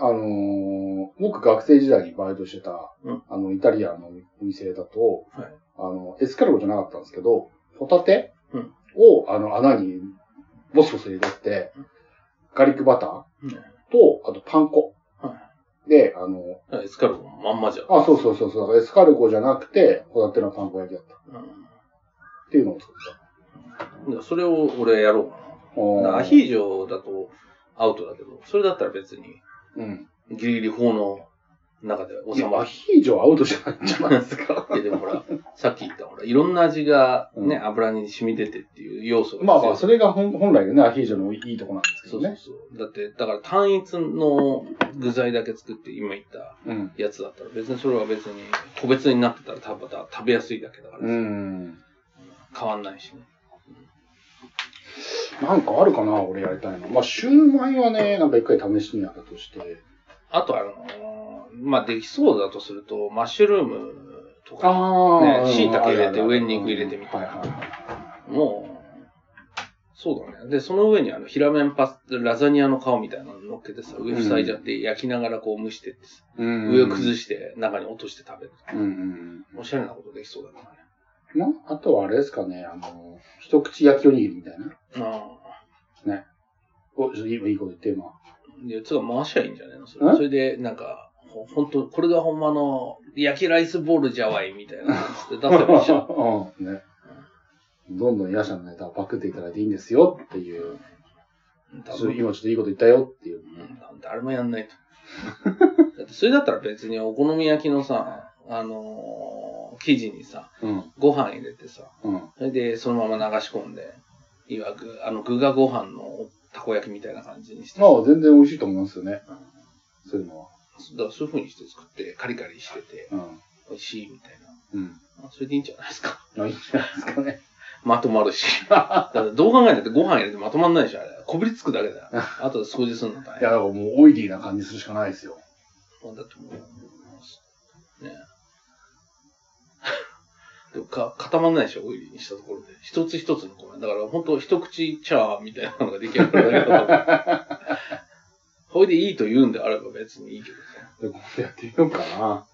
Speaker 2: あのー僕学生時代にバイトしてた、
Speaker 1: うん
Speaker 2: あの、イタリアンのお店だと、
Speaker 1: はい
Speaker 2: あの、エスカルゴじゃなかったんですけど、ホタテ
Speaker 1: うん
Speaker 2: を、あの、穴にボスボス入れて
Speaker 1: うん、
Speaker 2: ガリックバター
Speaker 1: うん
Speaker 2: と、あとパン粉。
Speaker 1: は
Speaker 2: で、あの、
Speaker 1: エスカルゴのまんまじゃん。
Speaker 2: あ、そうそうそうそう、だからエスカルゴじゃなくて、ホタテのパン粉焼きだったっていうのを作った。
Speaker 1: うん、だからそれを俺やろうかな。だからアヒ
Speaker 2: ー
Speaker 1: ージョだとアウトだけど、それだったら別に
Speaker 2: うん。
Speaker 1: ギリギリ法の中で
Speaker 2: い
Speaker 1: 収
Speaker 2: や、
Speaker 1: ま
Speaker 2: ア
Speaker 1: る。
Speaker 2: ヒージョはアウトじゃないんじゃないですか。
Speaker 1: いやでもほら、さっき言ったほら、いろんな味がね、
Speaker 2: うん
Speaker 1: 油に染み出てっていう要素が必
Speaker 2: ま
Speaker 1: 要
Speaker 2: あまあ、それが本本来のね、アヒージョのいいとこなんですけ
Speaker 1: そ
Speaker 2: ど
Speaker 1: うそう
Speaker 2: ね。
Speaker 1: そう。だって、だから単一の具材だけ作って今言った
Speaker 2: うん。
Speaker 1: やつだったら別にそれは別に個別になってたら多分た食べやすいだけだからさ、
Speaker 2: うん。
Speaker 1: 変わんないしね。
Speaker 2: なんかあるかな、俺やりたいの。まあ、シューマイはね、なんか一回試しにやったとして。
Speaker 1: あとあのーまあできそうだとすると、マッシュルームとか
Speaker 2: あ
Speaker 1: ね椎茸入れて上に肉入れてみたい
Speaker 2: い
Speaker 1: な
Speaker 2: な。はいはいはい
Speaker 1: もそうだね。で、その上にあの平面パス、ラザニアの顔みたいなの乗っけてさ、上塞いじゃって焼きながらこう蒸してってさ、
Speaker 2: うん
Speaker 1: 上を崩して中に落として食べる。
Speaker 2: うんうん。
Speaker 1: おしゃれなことできそうだからね。
Speaker 2: まあ、あとはあれですかね、あの、一口焼きおにぎりみたいな。
Speaker 1: ああ。
Speaker 2: お、ちょっと今いいこと言って、 今。
Speaker 1: いや、つうか回しゃいいんじゃないのそ
Speaker 2: ん
Speaker 1: れそれで、なんか、ほほんと、これがほんまの、焼きライスボールじゃわい、みたいな感じで出せばい いじゃん。
Speaker 2: うんね。どんどん野者のネタをパクっていただいていいんですよっていう。
Speaker 1: 多
Speaker 2: そう
Speaker 1: 分
Speaker 2: 今ちょっといいこと言ったよっていう。
Speaker 1: うん誰もやんないと。だってそれだったら別にお好み焼きのさ、あのー生地にさ、
Speaker 2: うん。
Speaker 1: ご飯入れてさ、
Speaker 2: うん。
Speaker 1: それでそのまま流し込んで、いわく、あの、具がご飯のたこ焼きみたいな感じにしてさ、
Speaker 2: まあ、全然美味しいと思いますよね。そういうのは。
Speaker 1: だからそういう風にして作って、カリカリしてて、
Speaker 2: うん。
Speaker 1: 美味しいみたいな。
Speaker 2: うん。
Speaker 1: あそれでいいんじゃないですか。
Speaker 2: まあ、いいんじゃないですかね。
Speaker 1: まとまるし。 だってどう考えたってご飯入れてまとまんないでしょ、あれ。こびりつくだけ だよ。あとで掃除するの大
Speaker 2: いや、だ
Speaker 1: 変。
Speaker 2: からもうオイリーな感じするしかないですよ。
Speaker 1: もうだってもう、ねえでもか固まんないでしょ、オイリーにしたところで。一つ一つのこれ。だから本当一口チャーみたいなのが出来上がるだけだと思う。 ほいでいいと言うんであれば別にいいけどさ。
Speaker 2: で、今度やってみようかな。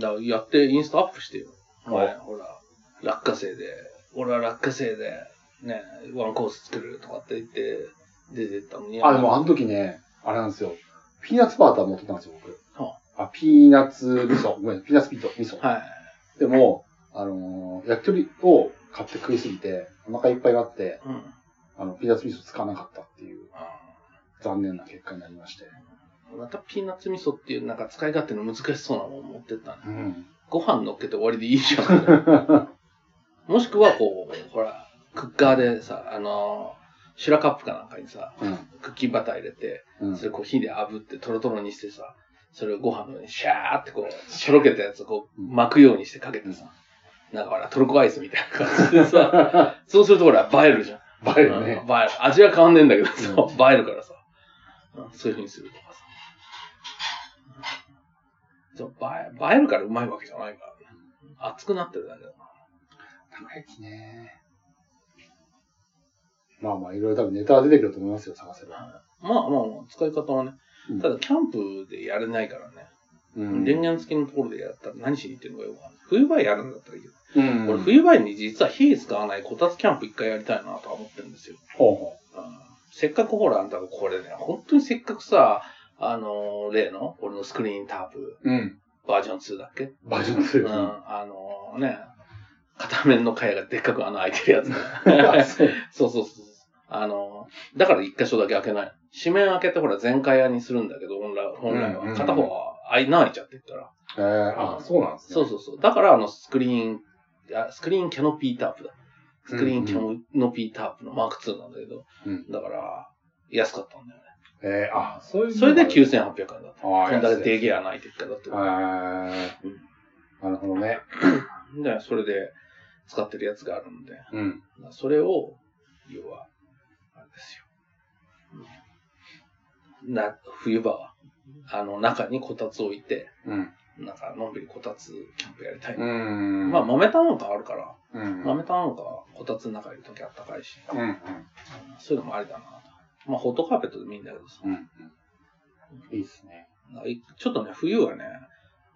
Speaker 1: だからやってインスタアップしてよ。
Speaker 2: お
Speaker 1: 前、ほら、落花生で、俺は落花生で、ね、ワンコース作るとかって言って、出てったのに。
Speaker 2: あ、でもあの時ね、あれなんですよ。ピーナッツバーター持ってたんですよ、僕。
Speaker 1: は
Speaker 2: あ、ピーナッツ味噌。ごめん、ピーナッツピート、味噌。
Speaker 1: はい。
Speaker 2: でも、あのー焼き鳥を買って食いすぎて、お腹いっぱいになって、
Speaker 1: うん。
Speaker 2: あの、ピーナッツ味噌使わなかったっていう、残念な結果になりまして。
Speaker 1: またピーナッツ味噌っていうなんか使い勝手の難しそうなもの持ってったね。
Speaker 2: うん。
Speaker 1: ご飯乗っけて終わりでいいじゃん。 もしくはこう、ほら、クッカーでさ、あのー、シュラカップかなんかにさ、
Speaker 2: うん。
Speaker 1: クッキーバター入れて、
Speaker 2: うん
Speaker 1: それこう火で炙ってトロトロにしてさ、それをご飯の上にシャーってこう、しょろけたやつをこう巻くようにしてかけてさ、なんかほら、トルコアイスみたいな感じでさ、 そうするとほら、映えるじゃん。
Speaker 2: 映えるね。
Speaker 1: うん映える。味は変わんねえんだけどさ、映えるからさ。うんそういう風にするとかさ。そう映え映えるからうまいわけじゃないからね。熱くなってるだけだか
Speaker 2: 長生きね。まあまあ、いろいろ多分ネタは出てくると思いますよ、探せば。
Speaker 1: ら。まあまあまあ、使い方はね
Speaker 2: うん。
Speaker 1: ただ、キャンプでやれないからね。
Speaker 2: うん
Speaker 1: 電源付きのところでやったら何しに行ってるのかよくわかんない。冬場やるんだったらいいけど。
Speaker 2: うん。
Speaker 1: 俺、冬場に実は火使わないこたつキャンプ一回やりたいなとは思ってるんですよ。
Speaker 2: ほうほ
Speaker 1: うんせっかくほら、あんたがこれね、本当にせっかくさ、あのー、例の、俺のスクリーンタープ、
Speaker 2: う。うん。
Speaker 1: バージョン2だっけ、
Speaker 2: バージョン
Speaker 1: うん、
Speaker 2: 2。
Speaker 1: あのね、片面の貝がでっかく穴開いてるやつ。
Speaker 2: あ そう
Speaker 1: そうそうそうそう。あの、だから一箇所だけ開けない。紙面開けてほら全開屋にするんだけど、本来本来
Speaker 2: うんうんう
Speaker 1: は。
Speaker 2: ん
Speaker 1: 片方は開い穴開いちゃってるから。
Speaker 2: えー、あ、そうなんですね。
Speaker 1: そうそうそう。だからあのスクリーン、あスクリーンキャノピータープだ。スクリーンキャノピータープのマーク2なんだけど、
Speaker 2: うん
Speaker 1: だから、安かったんだよね。
Speaker 2: えー、あ、そういう。
Speaker 1: それで。9800円だった。
Speaker 2: あ
Speaker 1: こ
Speaker 2: あ、
Speaker 1: んだ
Speaker 2: 安
Speaker 1: け
Speaker 2: い
Speaker 1: デゲ穴開いてるからだって。
Speaker 2: えー。なるほどね。
Speaker 1: で、それで使ってるやつがあるので。
Speaker 2: うん。
Speaker 1: それを、要は、あれですよ。な、冬場は、あの、中にこたつ置いて、
Speaker 2: うん。
Speaker 1: なんか、のんびりこたつキャンプやりたい。
Speaker 2: うん。
Speaker 1: まあ、豆炭なんかあるから、
Speaker 2: うん。
Speaker 1: 豆炭なんかこたつの中いるときあったかいし、
Speaker 2: うん。
Speaker 1: そういうのもありだなまあ、ホットカーペットでもいいんだけどさ。
Speaker 2: うん。いいですね。
Speaker 1: ちょっとね、冬はね、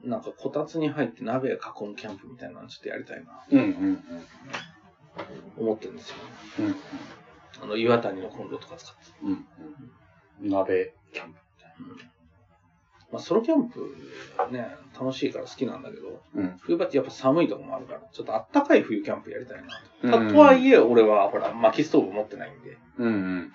Speaker 1: なんかこたつに入って鍋囲むキャンプみたいなのちょっとやりたいな、
Speaker 2: うんうんうん。
Speaker 1: 思ってるんですよ。
Speaker 2: うん
Speaker 1: あの、岩谷のコンロとか使って。
Speaker 2: うんうん。鍋。
Speaker 1: うんまあ、ソロキャンプね、楽しいから好きなんだけど、
Speaker 2: うん。
Speaker 1: 冬場ってやっぱ寒いとこもあるから、ちょっとあったかい冬キャンプやりたいなと。
Speaker 2: うん
Speaker 1: たとはいえ、俺はほら、薪ストーブ持ってないんで。
Speaker 2: うんうん。
Speaker 1: うん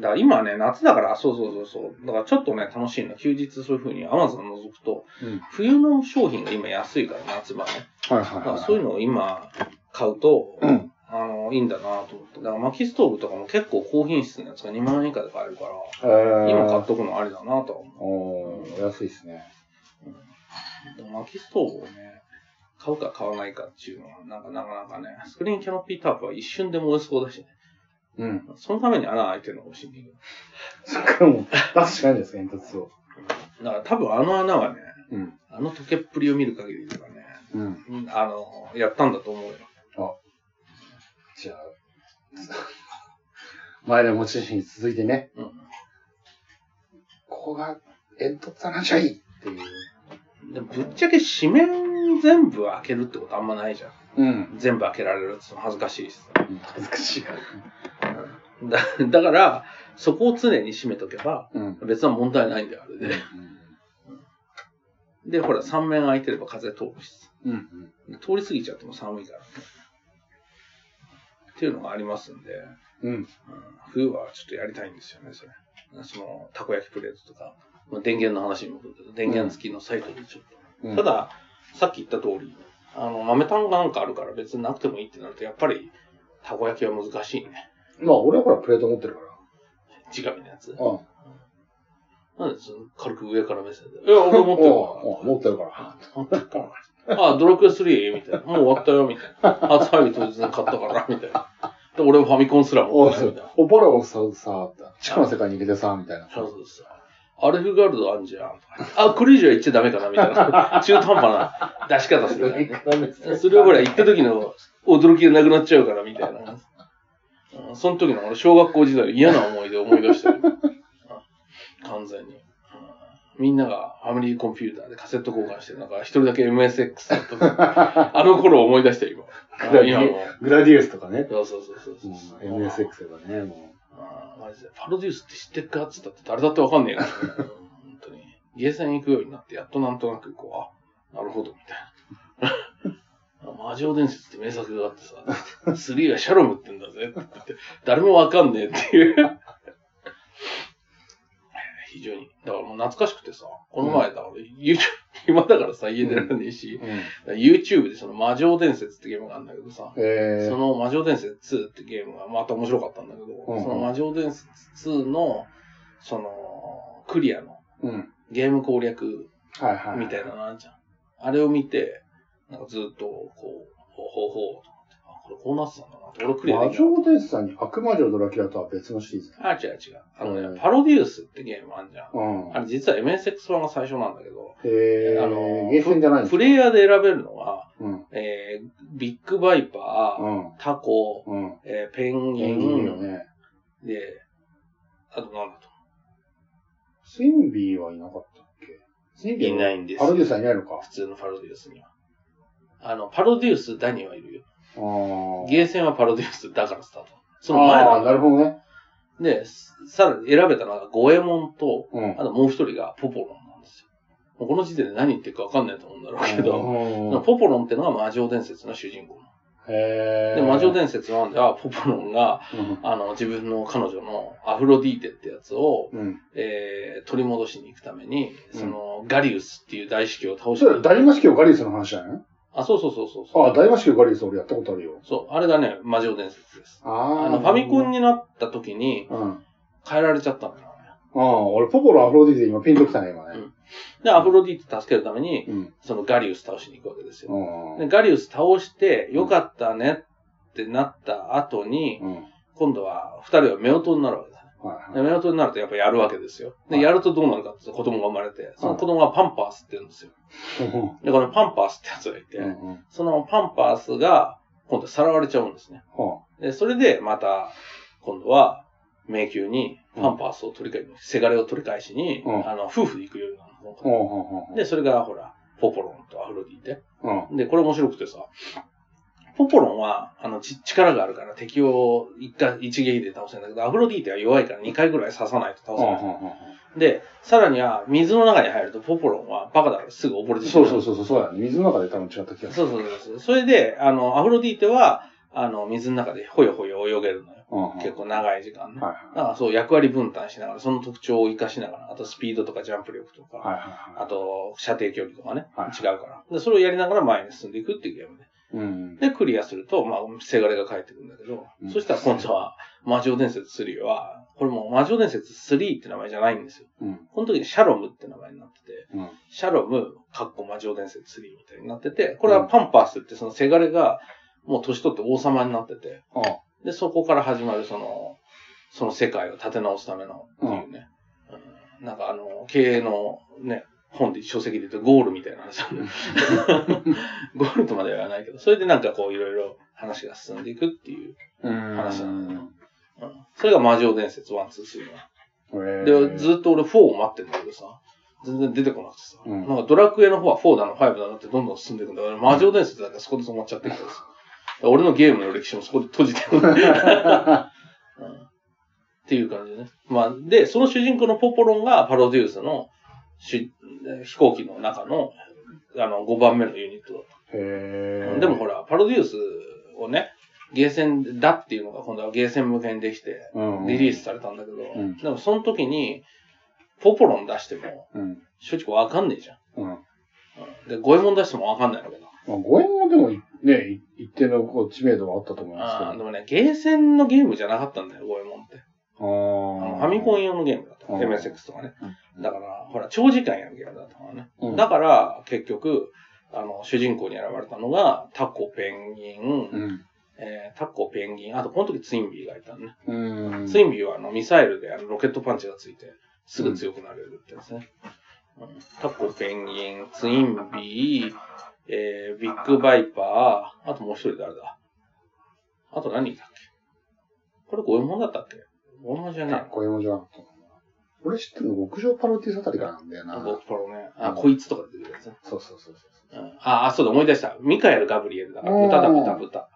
Speaker 1: だから今ね、夏だから、あそうそうそうそう。だからちょっとね、楽しいの。休日そういう風に Amazon 覗くと、
Speaker 2: うん。
Speaker 1: 冬の商品が今安いから、夏場ね。
Speaker 2: はいはい
Speaker 1: だか
Speaker 2: は
Speaker 1: ら
Speaker 2: い。
Speaker 1: そういうのを今買うと、
Speaker 2: うん
Speaker 1: あの、いいんだなと思って。だから薪ストーブとかも結構高品質のやつが2万円以下で買えるから、
Speaker 2: えー、
Speaker 1: 今買っとくのありだなとは思
Speaker 2: おー、安いですね。
Speaker 1: う。でも薪ストーブをね、買うか買わないかっていうのは、なんかなかなかね、スクリーンキャノピータープは一瞬で燃えそうだしね。
Speaker 2: うん。
Speaker 1: そのために穴開いてるのが欲しいんだけど。
Speaker 2: そっからもう出すしかないんですか、煙突を。
Speaker 1: だから多分あの穴はね、
Speaker 2: うん。
Speaker 1: あの溶けっぷりを見る限りではね、
Speaker 2: うん。
Speaker 1: うんあの、やったんだと思うよ。
Speaker 2: じゃあ、前の持ち主に続いてね、
Speaker 1: う
Speaker 2: ここが煙突だな、じゃいっていう。
Speaker 1: ん。でもぶっちゃけ紙面全部開けるってことあんまないじゃん。
Speaker 2: うん。
Speaker 1: 全部開けられるって恥ずかしいしさ。
Speaker 2: 恥ずかしいから。
Speaker 1: だだから、そこを常に閉めとけば、
Speaker 2: うん。
Speaker 1: 別は問題ないんだよ、あれで。で、ほら、3面開いてれば風通るしさ。
Speaker 2: うん。うん。
Speaker 1: 通り過ぎちゃっても寒いから、ね。っていうのがありますんで、
Speaker 2: うん。
Speaker 1: うん冬はちょっとやりたいんですよね、それ。その、たこ焼きプレートとか、まあ、電源の話にも戻るけど、電源付きのサイトでちょっと。
Speaker 2: うん
Speaker 1: た、だ、さっき言った通り、あの、豆炭がなんかあるから別になくてもいいってなると、やっぱり、たこ焼きは難しいね。
Speaker 2: まあ、俺はほら、プレート持ってるから。
Speaker 1: 直火のやつ。
Speaker 2: あ
Speaker 1: なんでその軽く上から目線で。いや、俺持ってる
Speaker 2: あ持ってるから。
Speaker 1: から。 ああ、ドラクエ3? みたいな。もう終わったよ、みたいな。発売日当日に買ったから、みたいな。で、俺もファミコンすら持
Speaker 2: お
Speaker 1: っ
Speaker 2: い
Speaker 1: てないみたいな。、
Speaker 2: おばらをさ、さ、地下の世界に行けてさ、みたいな。
Speaker 1: そうそうそう。アルフガルドあんじゃん。あ、これ以上言っちゃダメかな、みたいな。中途半端な出し方するからね。それをほら、行った時の驚きがなくなっちゃうから、みたいな。うん その時の俺、小学校時代の嫌な思い出を思い出してる。うん 完全に。うんみんながファミリーコンピューターでカセット交換してる中、一人だけ MSX だ った。あの頃を思い出した、今。うん今もう。
Speaker 2: グラディウスとかね。
Speaker 1: そうそうそうそうそう。
Speaker 2: MSX だね、も
Speaker 1: あーマジで。パロデュースって知ってっかっつったって誰だってわかんねえから、うん本当に。ゲーセン行くようになって、やっとなんとなくこう、あ、なる ほど、みたいな。魔女伝説って名作があってさ、3はシャロムって言うんだぜって言って、誰もわかんねえっていう。 非常に。だからもう懐かしくてさ、この前だから、YouTube、暇だからさ、家出られねえし
Speaker 2: う。、うん。
Speaker 1: YouTube でその魔女伝説ってゲームがあるんだけどさ、
Speaker 2: え
Speaker 1: そ
Speaker 2: ー。
Speaker 1: の魔女伝説2ってゲームがまた面白かったんだけど、
Speaker 2: うんうん
Speaker 1: その魔女伝説2の、その、クリアの
Speaker 2: うん。
Speaker 1: ゲーム攻略
Speaker 2: はいはい。
Speaker 1: みたいな。のあんじゃん。あれを見て、なんかずっと、こう、ほうほうほうと思って、あ、これこうなってたんだなって、俺クリア
Speaker 2: 魔
Speaker 1: できなかっ
Speaker 2: 女伝説さんに悪魔女ドラキュラとは別のシリーズ。
Speaker 1: た。あ、違う違う。あのね、
Speaker 2: うん
Speaker 1: パロディウスってゲームあんじゃん。
Speaker 2: うん。
Speaker 1: あれ実は MSX 版が最初なんだけど、
Speaker 2: えー、
Speaker 1: あの
Speaker 2: ゲーセンじゃないんです
Speaker 1: プレイヤーで選べるのは、
Speaker 2: うん。
Speaker 1: えー、ビッグバイパー、
Speaker 2: うん。
Speaker 1: タコ、
Speaker 2: うん。
Speaker 1: えーペンギ
Speaker 2: 演
Speaker 1: ン、
Speaker 2: 技いいよね。
Speaker 1: で、あとなんだと
Speaker 2: スインビーはいなかったっけスインビー
Speaker 1: い
Speaker 2: は
Speaker 1: ないんです
Speaker 2: パ
Speaker 1: よ
Speaker 2: ロデューサーいないのか。
Speaker 1: 普通のパロディウスには。あの、パロディウスダニはいるよ。
Speaker 2: あー
Speaker 1: ゲーセンはパロディウスだからスタート。その前
Speaker 2: あー、
Speaker 1: な
Speaker 2: なるほどね。
Speaker 1: ので、さらに選べたのが五右衛門と、
Speaker 2: うん。
Speaker 1: あともう一人がポポロンなんですよ。もうこの時点で何言ってるかわかんないと思うんだろうけど、その
Speaker 2: ど、
Speaker 1: ポポロンってのが魔女伝説の主人公。
Speaker 2: へ
Speaker 1: で、魔女
Speaker 2: で、
Speaker 1: 伝説なんでは、ポポロンが、
Speaker 2: うん
Speaker 1: あの、自分の彼女のアフロディーテってやつを、
Speaker 2: うん。
Speaker 1: えー取り戻しに行くために、その、ガリウスっていう大司教を倒し
Speaker 2: そ
Speaker 1: て
Speaker 2: れ、、大魔式をガリウスの話じゃない
Speaker 1: あ、そうそうそうそうそう。
Speaker 2: ああ、大魔式をガリウス俺やったことあるよ。
Speaker 1: そう、あれがね、魔女伝説です。
Speaker 2: あ
Speaker 1: あ
Speaker 2: あ
Speaker 1: の、ファミコン。になった時に
Speaker 2: うん。あ
Speaker 1: 変えられちゃったのよ。
Speaker 2: あ、俺、ポポロアフロディーで今ピンときたね、今ね。
Speaker 1: で、アフロディーテ助けるために、
Speaker 2: うん。
Speaker 1: そのガリウス倒しに行くわけですよ。
Speaker 2: うん。
Speaker 1: で、ガリウス倒して、よかったねってなった後に、
Speaker 2: うん。
Speaker 1: 今度は二人は夫婦になるわけで
Speaker 2: は
Speaker 1: す。
Speaker 2: い
Speaker 1: で
Speaker 2: はい。
Speaker 1: 夫婦になるとやっぱやるわけですよ。で、
Speaker 2: はい
Speaker 1: やるとどうなるかっていうと子供が生まれて、その子供がパンパースって言うんですよ。
Speaker 2: うん
Speaker 1: で、このパンパースってやつがいて、
Speaker 2: うん。は
Speaker 1: そのパンパースが今度さらわれちゃうんですね。
Speaker 2: あ
Speaker 1: で、それでまた、今度は、迷宮にパンパースを取り替え、せがれを取り返しに、
Speaker 2: うん
Speaker 1: あの、夫婦で行くような
Speaker 2: ほ
Speaker 1: の
Speaker 2: うほうほうほう
Speaker 1: で、それがほら、ポポロンとアフロディテ。
Speaker 2: うん。
Speaker 1: で、これ面白くてさ、ポポロンは、あの、ち力があるから敵を一回、一撃で倒せるんだけど、アフロディーテは弱いから2回ぐらい刺さないと倒せ
Speaker 2: ほう
Speaker 1: ない。
Speaker 2: ほうほ
Speaker 1: で、さらには、水の中に入るとポポロンはバカだからすぐ溺れ
Speaker 2: う
Speaker 1: てし
Speaker 2: そ
Speaker 1: ま
Speaker 2: う
Speaker 1: う。
Speaker 2: そうそうそう、そうだね。水の中で多分違った気がす
Speaker 1: そ
Speaker 2: る。
Speaker 1: うそうそうそう。それで、あの、アフロディーテは、あの、水の中でほよほよ泳げるのよ。
Speaker 2: うんうんはい
Speaker 1: 結構長い時間ね。
Speaker 2: はい
Speaker 1: だからそう、役割分担しながら、その特徴を活かしながら、あとスピードとかジャンプ力とか、
Speaker 2: はいは
Speaker 1: あと、射程距離とかね、
Speaker 2: はい
Speaker 1: 違うから。で、それをやりながら前に進んでいくっていうゲームね。
Speaker 2: い。うん。
Speaker 1: で、クリアすると、まあ、せがれが帰ってくるんだけど、
Speaker 2: うん
Speaker 1: そしたら今度は、魔女伝説3は、これもう魔女伝説3って名前じゃないんですよ。
Speaker 2: うん。
Speaker 1: この時にシャロムって名前になってて、
Speaker 2: うん。
Speaker 1: シャロム、かっこ魔女伝説3みたいになってて、これはパンパースってそのせがれが、もう年取って王様になってて、
Speaker 2: ああ。
Speaker 1: で、そこから始まるその、その世界を立て直すためのっていうね、うんなんかあの、経営のね、本で、書籍で言うとゴールみたいな話なんだよ ゴールとまでは言わないけど、それでなんかこういろいろ話が進んでいくっていう、
Speaker 2: うん。
Speaker 1: 話なんだようんそれが魔女伝説1、2、3な
Speaker 2: えー
Speaker 1: の。で、ずっと俺4を待ってんだけどさ、全然出てこなくてさ、
Speaker 2: うん
Speaker 1: なんかドラクエの方は4だの、5だのってどんどん進んでいくんだから、魔女伝説だけそこで止まっちゃってるからさ、俺のゲームの歴史もそこで閉じてる。うんっていう感じでね。まあ、で、その主人公のポポロンがパロデュースのし飛行機の中のあの5番目のユニットだっ
Speaker 2: へ
Speaker 1: た、
Speaker 2: え。
Speaker 1: でもほら、パロデュースをね、ゲーセンだっていうのが今度はゲーセン向けにできて
Speaker 2: うん、
Speaker 1: リリースされたんだけど、
Speaker 2: うん
Speaker 1: でもその時にポポロン出しても
Speaker 2: うん。
Speaker 1: 正直わかんねえじゃん。
Speaker 2: うん。
Speaker 1: うんで、五右衛門出してもわかんないわけだ。
Speaker 2: まあ、五円もでもい、ね、い一定のこう知名度はあったと思い
Speaker 1: あ
Speaker 2: ま
Speaker 1: ー
Speaker 2: す
Speaker 1: でもね、ゲーセンのゲームじゃなかったんだよ、五右衛門って。
Speaker 2: けど。
Speaker 1: あの
Speaker 2: あ
Speaker 1: ファミコン
Speaker 2: ン。
Speaker 1: 用のゲームだと。
Speaker 2: うん
Speaker 1: MSX とかね。だから、ほら、長時間やるゲームだったからね。
Speaker 2: うん
Speaker 1: だから、結局、あの、主人公に選ばれたのが、タコペンギン、
Speaker 2: うん。
Speaker 1: えータコペンギン、あと、この時ツインビーがいたのね。
Speaker 2: うん。
Speaker 1: ツインビーは、あの、ミサイルであのロケットパンチがついて、すぐ強くなれるってやつね。うんタコペンギン、ツインビー、えービッグバイパー、あともう一人誰だあと何いたっけこれ、五右衛門だったっけ五右衛門じゃない
Speaker 2: 五円もじゃなかったな。俺知ってるの、極上パロティスあたりからなんだよな。
Speaker 1: ゴッパロね。あ、
Speaker 2: うん
Speaker 1: こいつとか出てくるやつね。
Speaker 2: そうそうそうそう。
Speaker 1: うん、あ、あそうだ、思い出した。ミカエル・ガブリエルだから、
Speaker 2: うん
Speaker 1: 豚だ、豚、豚。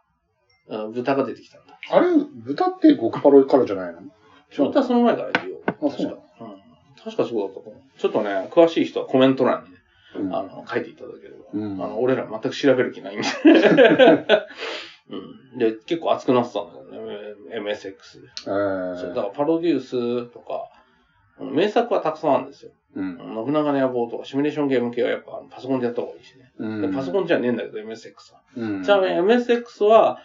Speaker 1: うん、豚が出てきたんだ。
Speaker 2: あれ、豚って極パロからじゃないの違う
Speaker 1: 豚はその前からいるよ。
Speaker 2: あ
Speaker 1: 確か。
Speaker 2: そうな
Speaker 1: うん。確かそうだったと思う。ちょっとね、詳しい人はコメント欄にね、
Speaker 2: うん
Speaker 1: あの、書いていただければ。
Speaker 2: うん
Speaker 1: あの、俺ら全く調べる気ない んで。うん。で、結構熱くなってたんだけどね、えー MSX で。
Speaker 2: えー
Speaker 1: そう、だからパロデュースとか、うん名作はたくさんあるんですよ。
Speaker 2: うん
Speaker 1: う。ん信長の野望とか、シミュレーションゲーム系はやっぱあのパソコンでやった方がいいしね。
Speaker 2: う
Speaker 1: で
Speaker 2: ん
Speaker 1: パソコンじゃねえんだけど、MSX は。
Speaker 2: うん
Speaker 1: ちなみに MSX は、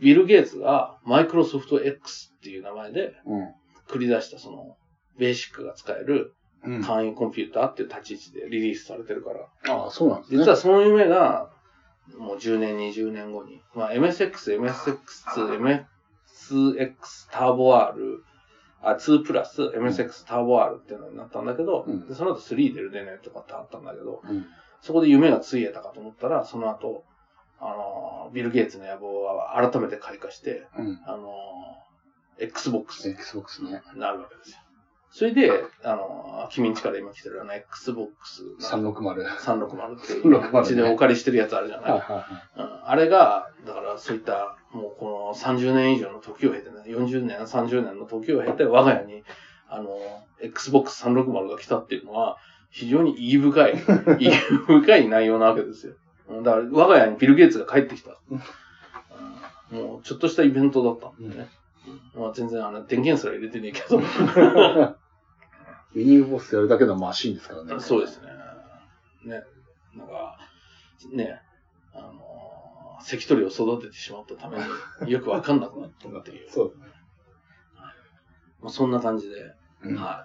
Speaker 1: ビル・ゲイツがマイクロソフト X っていう名前で
Speaker 2: うん
Speaker 1: 繰り出したその、ベーシックが使える
Speaker 2: うん。あ
Speaker 1: 簡易コンピューターっていう立ち位置でリリースされてるから、
Speaker 2: あ、そうなんですね。
Speaker 1: 実はその夢が、もう10年、20年後に、まあ、MSX、MSX2、MSX ターボ R、あ、2プラス MSX ターボ R っていうのになったんだけど、
Speaker 2: うん
Speaker 1: でその後3出る出ないとかってあったんだけど、
Speaker 2: うん。
Speaker 1: そこで夢がついえたかと思ったら、その後、あのー、ビル・ゲイツの野望は改めて開花して、
Speaker 2: うん。
Speaker 1: あのー、Xbox
Speaker 2: Xbox ね。
Speaker 1: になるわけですよ。それで、あのー、君んちから今来てるあの Xbox の
Speaker 2: 360。はい
Speaker 1: 360っていう、
Speaker 2: 360ね
Speaker 1: うちでお借りしてるやつあるじゃない、
Speaker 2: はいは
Speaker 1: うん、あれが、だからそういった、もうこの30年以上の時を経てね、40年、30年の時を経て、我が家に、あの、Xbox360 が来たっていうのは、非常に意義深い、 意義深い内容なわけですよ。うんだから、我が家にビル・ゲイツが帰ってきた。うんもう、ちょっとしたイベントだったんでね。うんまあ、全然、あの、電源すら入れてねえけど。
Speaker 2: い。ミニボスやるだけのマシンですからね。
Speaker 1: そうですね。ね。なんか、ね、あのー関取を育ててしまったためによくわかんなくなったって いう。
Speaker 2: そう
Speaker 1: まあ、そんな感じで、
Speaker 2: うん
Speaker 1: は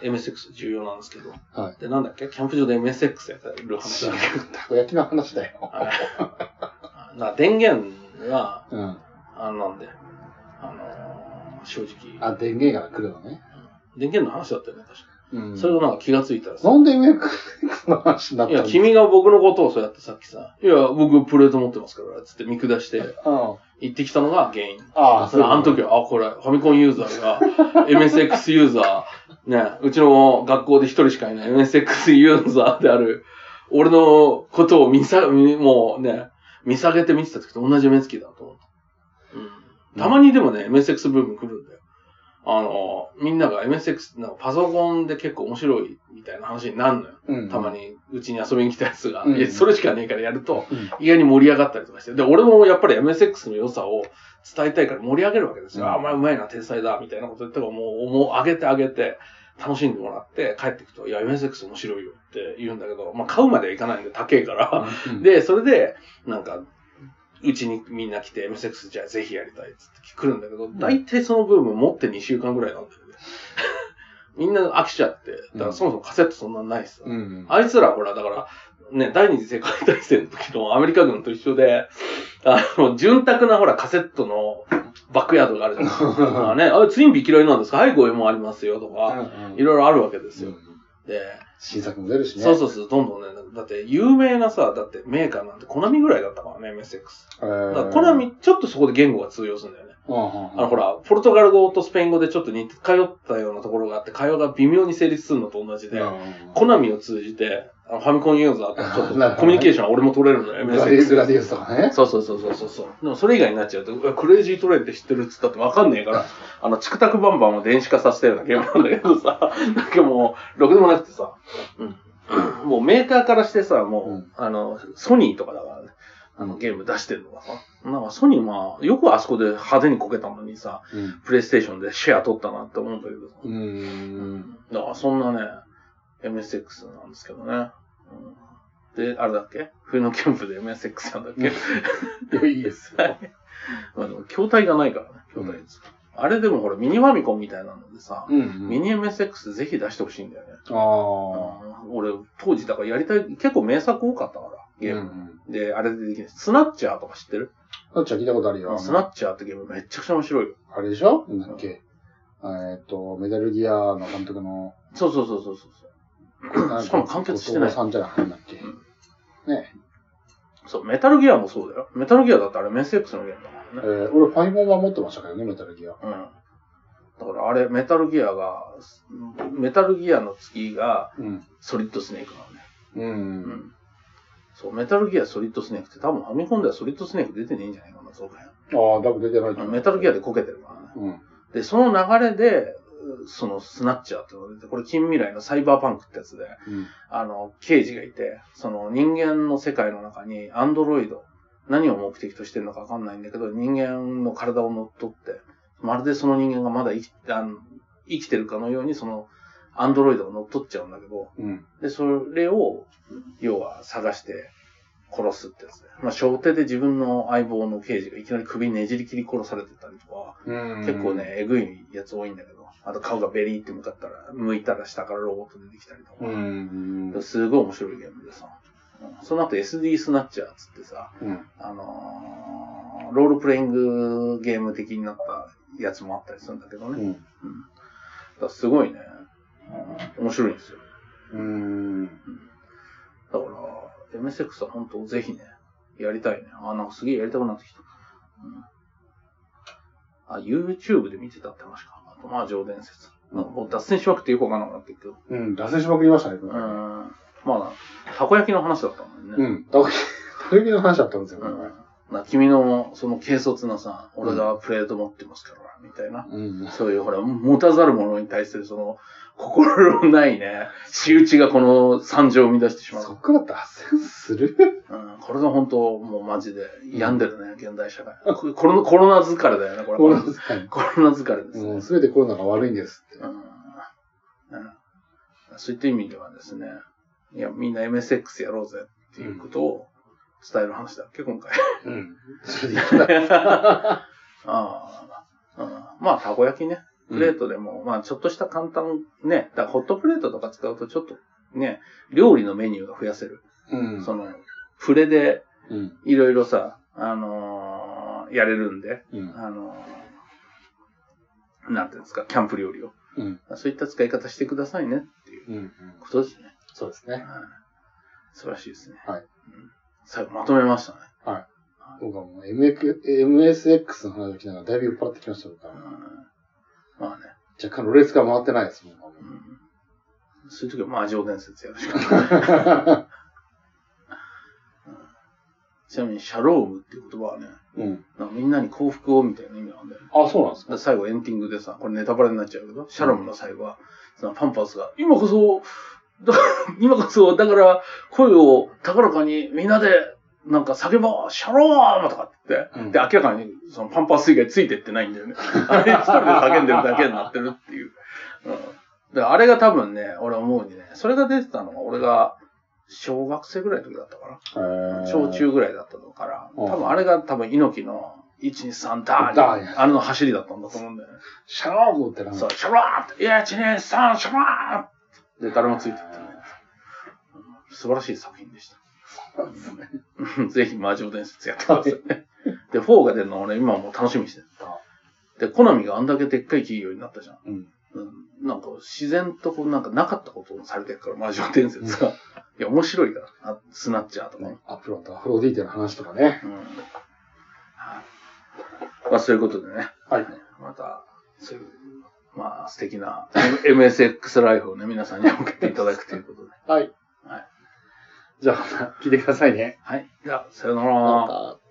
Speaker 1: い。MSX 重要なんですけど。
Speaker 2: は
Speaker 1: で、なんだっけキャンプ場で MSX やってる話だ。はい
Speaker 2: たこ焼きの話だよ。
Speaker 1: だから電源が、
Speaker 2: うん。
Speaker 1: あんなんで、あのー正直、
Speaker 2: あ、電源から来るのね。
Speaker 1: 電源の話だったよね、確か
Speaker 2: うん
Speaker 1: それがなんか気がついたらさ、
Speaker 2: なんで MX の話になっ
Speaker 1: い
Speaker 2: たの
Speaker 1: や、君が僕のことをそうやってさっきさ、いや、僕プレート持ってますから、つって見下して、
Speaker 2: あ
Speaker 1: 行ってきたのが原因。
Speaker 2: あ
Speaker 1: それあの時は、あ、これ、ファミコンユーザーが、MSX ユーザー、ね、うちの学校で一人しかいない MSX ユーザーである、俺のことを見さ、見もうね、見下げて見てた時と同じ目つきだと思った。うん。たまにでもね、MSX ブーム来るんだよ。あの、みんなが MSX、なんかパソコンで結構面白いみたいな話になるのよ。
Speaker 2: うん
Speaker 1: たま。に、うちに遊びに来たやつが、
Speaker 2: うん
Speaker 1: いや、それしかねえからやると
Speaker 2: うん、
Speaker 1: 意外に盛り上がったりとかして、で、俺もやっぱり MSX の良さを伝えたいから盛り上げるわけですよ。
Speaker 2: うん
Speaker 1: あ、お前うまいな、天才だ、みたいなこと言っても、もう、もう、上げて上げて、楽しんでもらって、帰ってくと、いや、MSX 面白いよって言うんだけど、まあ、買うまではいかないんで、高えから。
Speaker 2: うん、
Speaker 1: で、それで、なんか、うちにみんな来て、MSX じゃあぜひやりたいっつって来るんだけど、大体その部分持って2週間ぐら いなんだよね。みんな飽きちゃって、だからそもそもカセットそんなないっすよ
Speaker 2: うんうん。
Speaker 1: あいつらほら、だから、ね、第二次世界大戦の時のアメリカ軍と一緒で、あの、潤沢なほら、カセットのバックヤードがあるじゃないですか。あね、あれツインビー嫌いなんですかはい、ごえもありますよとか、
Speaker 2: うんうん
Speaker 1: いろいろあるわけです
Speaker 2: う
Speaker 1: よ。
Speaker 2: ん
Speaker 1: で、
Speaker 2: 新作も出るしね。
Speaker 1: そうそうそう、どんどんね、だって有名なさ、だってメーカーなんてコナミぐらいだったからね、MSX。
Speaker 2: えー
Speaker 1: だからコナミ、ちょっとそこで言語が通用するんだよね。
Speaker 2: うんうんうん
Speaker 1: あの、ほら、ポルトガル語とスペイン語でちょっと似通ったようなところがあって、会話が微妙に成立するのと同じで、コナミを通じて、あのファミコンユーザーとちょっ
Speaker 2: なるほどね
Speaker 1: とコミュニケーションは俺も取れるのよ、
Speaker 2: グラディ
Speaker 1: MSX
Speaker 2: グラディウスとかね。
Speaker 1: そうそうそうそうそうそう。でもそれ以外になっちゃうと、うわクレイジートレインって知ってるっつったってわかんねえから、あの、チクタクバンバンを電子化させたようなゲームなんだけどさ、 なんかもう、ろくでもなくてさ、うん。もうメーカーからしてさ、もう、
Speaker 2: うん
Speaker 1: あの、ソニーとかだからね、あの、ゲーム出してるのがさ、なんかソニーまあ、よくあそこで派手にこけたのにさ、
Speaker 2: うん。
Speaker 1: プレイステーションでシェア取ったなって思うんだけどさ、
Speaker 2: うーん。
Speaker 1: だからそんなね、MSX なんですけどね。うん、で、あれだっけ冬のキャンプで MSX なんだっけ、
Speaker 2: いやいいですよ。
Speaker 1: まあでも、筐体がないからね、筐体です、あれでもほら、ミニファミコンみたいなのでさ、
Speaker 2: うん
Speaker 1: ミニ MSX ぜひ出してほしいんだよね。
Speaker 2: ああ。
Speaker 1: うん俺、当時だからやりたい、結構名作多かったから、ゲーム。
Speaker 2: ム。
Speaker 1: で、あれでできない。スナッチャーとか知ってる
Speaker 2: なっちゃん聞いたことあるよ。
Speaker 1: スナッチャーってゲームめちゃくちゃ面白いよ。
Speaker 2: あれでしょなんだっけえーっと、メダルギアの監督の、
Speaker 1: そうそうそうそう そう。
Speaker 2: なん
Speaker 1: しかも完結してな
Speaker 2: 後
Speaker 1: い
Speaker 2: 藤さんじゃなくてなんだっけ
Speaker 1: そう、メタルギアもそうだよ。メタルギアだってあれ MSX のゲームだからね。
Speaker 2: えー俺、ファイボンは持ってましたけどね、メタルギア。
Speaker 1: うん。だからあれ、メタルギアが、メタルギアの次が
Speaker 2: うん。
Speaker 1: ソリッドスネークなのね。
Speaker 2: う。
Speaker 1: うんん。そう、メタルギア、ソリッドスネークって多分ファミコンではソリッドスネーク出てねえんじゃないかな、そこら
Speaker 2: ああ、多分出てないと
Speaker 1: 辺。
Speaker 2: 思う
Speaker 1: メタルギアでこけてるからね。
Speaker 2: うん。
Speaker 1: で、その流れで、そのスナッチャーってのが出て、これ近未来のサイバーパンクってやつで、
Speaker 2: うん。
Speaker 1: あの、刑事がいて、その人間の世界の中にアンドロイド、何を目的としてるのかわかんないんだけど、人間の体を乗っ取って、まるでその人間がまだ生きあの生きてるかのように、そのアンドロイドを乗っ取っちゃうんだけど、
Speaker 2: うん。
Speaker 1: で、それを、要は探して殺すってやつで。まあ、小手で自分の相棒の刑事がいきなり首ねじり切り殺されてたりとか、
Speaker 2: うん
Speaker 1: 結構ね、。えぐいやつ多いんだけど、あと顔がベリーって向かったら、向いたら下からロボット出てきたりとか。
Speaker 2: うん。うん。
Speaker 1: すごい面白いゲームでさ、その後 SD スナッチャーっつってさ、
Speaker 2: うん。
Speaker 1: あのーロールプレイングゲーム的になったやつもあったりするんだけどね。
Speaker 2: うん
Speaker 1: だからすごいね、うん面白いんですよ。
Speaker 2: うん。
Speaker 1: だから、MSX は本当ぜひね、やりたいね。あ、なんかすげえやりたくなってきた。うん、あ、YouTube で見てたって話か。あと、まあ、上伝説。なんかもう脱線しまくってよくわかんなくなってるけど。
Speaker 2: うん。脱線しまくりましたね。
Speaker 1: うん。まあ、たこ焼きの話だったもんね。
Speaker 2: うん。たこ焼きの話だったんですよ、これね
Speaker 1: な君のその軽率なさ、俺がプレート持ってますから、みたいな。
Speaker 2: うん。
Speaker 1: そういうほら、持たざる者に対するその、心のないね、仕打ちがこの惨状を生み出してしま。
Speaker 2: そうっから脱線する
Speaker 1: うん、これが本当、もうマジで病んでるね、現代社会。こコロナコロナ疲れだよね、これ。
Speaker 2: コ
Speaker 1: コ
Speaker 2: ロ
Speaker 1: ロ
Speaker 2: ナ疲れ。
Speaker 1: ナ疲れですね。
Speaker 2: も
Speaker 1: うん
Speaker 2: うすべてコロナが悪いんですって。
Speaker 1: うんそういった意味ではですね、いや、みんな MSX やろうぜっていうことを伝える話だっけ、今回。
Speaker 2: うん。それでいくら
Speaker 1: ああ、うんまあ、たこ焼きね。プレートでも、まあ、ちょっとした簡単、ね、だからホットプレートとか使うと、ちょっとね、料理のメニューが増やせる。
Speaker 2: うん。
Speaker 1: その、プレで、
Speaker 2: うん。
Speaker 1: いろいろさ、あのーやれるんで、
Speaker 2: うん。
Speaker 1: あのーなんていうんですか、キャンプ料理を。
Speaker 2: うん。
Speaker 1: そういった使い方してくださいねっていう
Speaker 2: うん。
Speaker 1: ことですね。
Speaker 2: そうですね。
Speaker 1: はい素晴らしいですね。
Speaker 2: はい
Speaker 1: うん。最後、まとめましたね。
Speaker 2: はい。僕はもう MX MSX の話が来たからだいぶ酔っ払ってきました僕は
Speaker 1: まあね。
Speaker 2: 若干ロレスが回ってないですもん。
Speaker 1: うんそういう時は魔女伝説やるしかない。ちなみに、シャロームっていう言葉はね、
Speaker 2: うん。
Speaker 1: なんかみんなに幸福をみたいな意味なんだよね。
Speaker 2: あ、そうなんです
Speaker 1: だか
Speaker 2: から
Speaker 1: 最後エンディングでさ、これネタバレになっちゃうけど、シャロームの最後は、そのパンパスが、今こそ、 だから今こそ、だから、声を高らかにみんなで、なんか叫ぼう、シャロームとかって言って、
Speaker 2: うん
Speaker 1: で、明らかにそのパンパス以外ついてってないんだよ ね。あれ一人で叫んでるだけになってるっていう。うん。だからあれが多分ね、俺思うにね、それが出てたのが俺が小学生ぐらいの時だったか
Speaker 2: へ
Speaker 1: な。
Speaker 2: ー。
Speaker 1: 小中ぐらいだったのから、
Speaker 2: うん
Speaker 1: 多分あれが多分猪木の123ダ
Speaker 2: ダー
Speaker 1: ー
Speaker 2: ニ
Speaker 1: ニあれの走りだったんだと思うんだよね。
Speaker 2: シャラームってなんだ
Speaker 1: そう、シャバーって、123、シャバーで、誰もついてってない。素晴らしい作品でした。うんぜひ、魔女伝説やってください。で、4が出るの俺今もう楽しみにしてる。で、コナミがあんだけでっかい企業になったじゃん。
Speaker 2: うん。
Speaker 1: うんなんか、自然とこう、なんかなかったことをされてるから、魔女伝説が。いや、面白いから、あスナッチャーとかね。
Speaker 2: アプロとアフロディーテの話とかね。
Speaker 1: うん。はい。まあ、そういうことでね。
Speaker 2: はい。
Speaker 1: また、そういう、まあ、素敵 な MSX ライフをね、皆さんに送っていただくということで。
Speaker 2: はい。
Speaker 1: はい。
Speaker 2: じゃあ、聞いてくださいね。
Speaker 1: はい。じゃあ、さよなら。
Speaker 2: また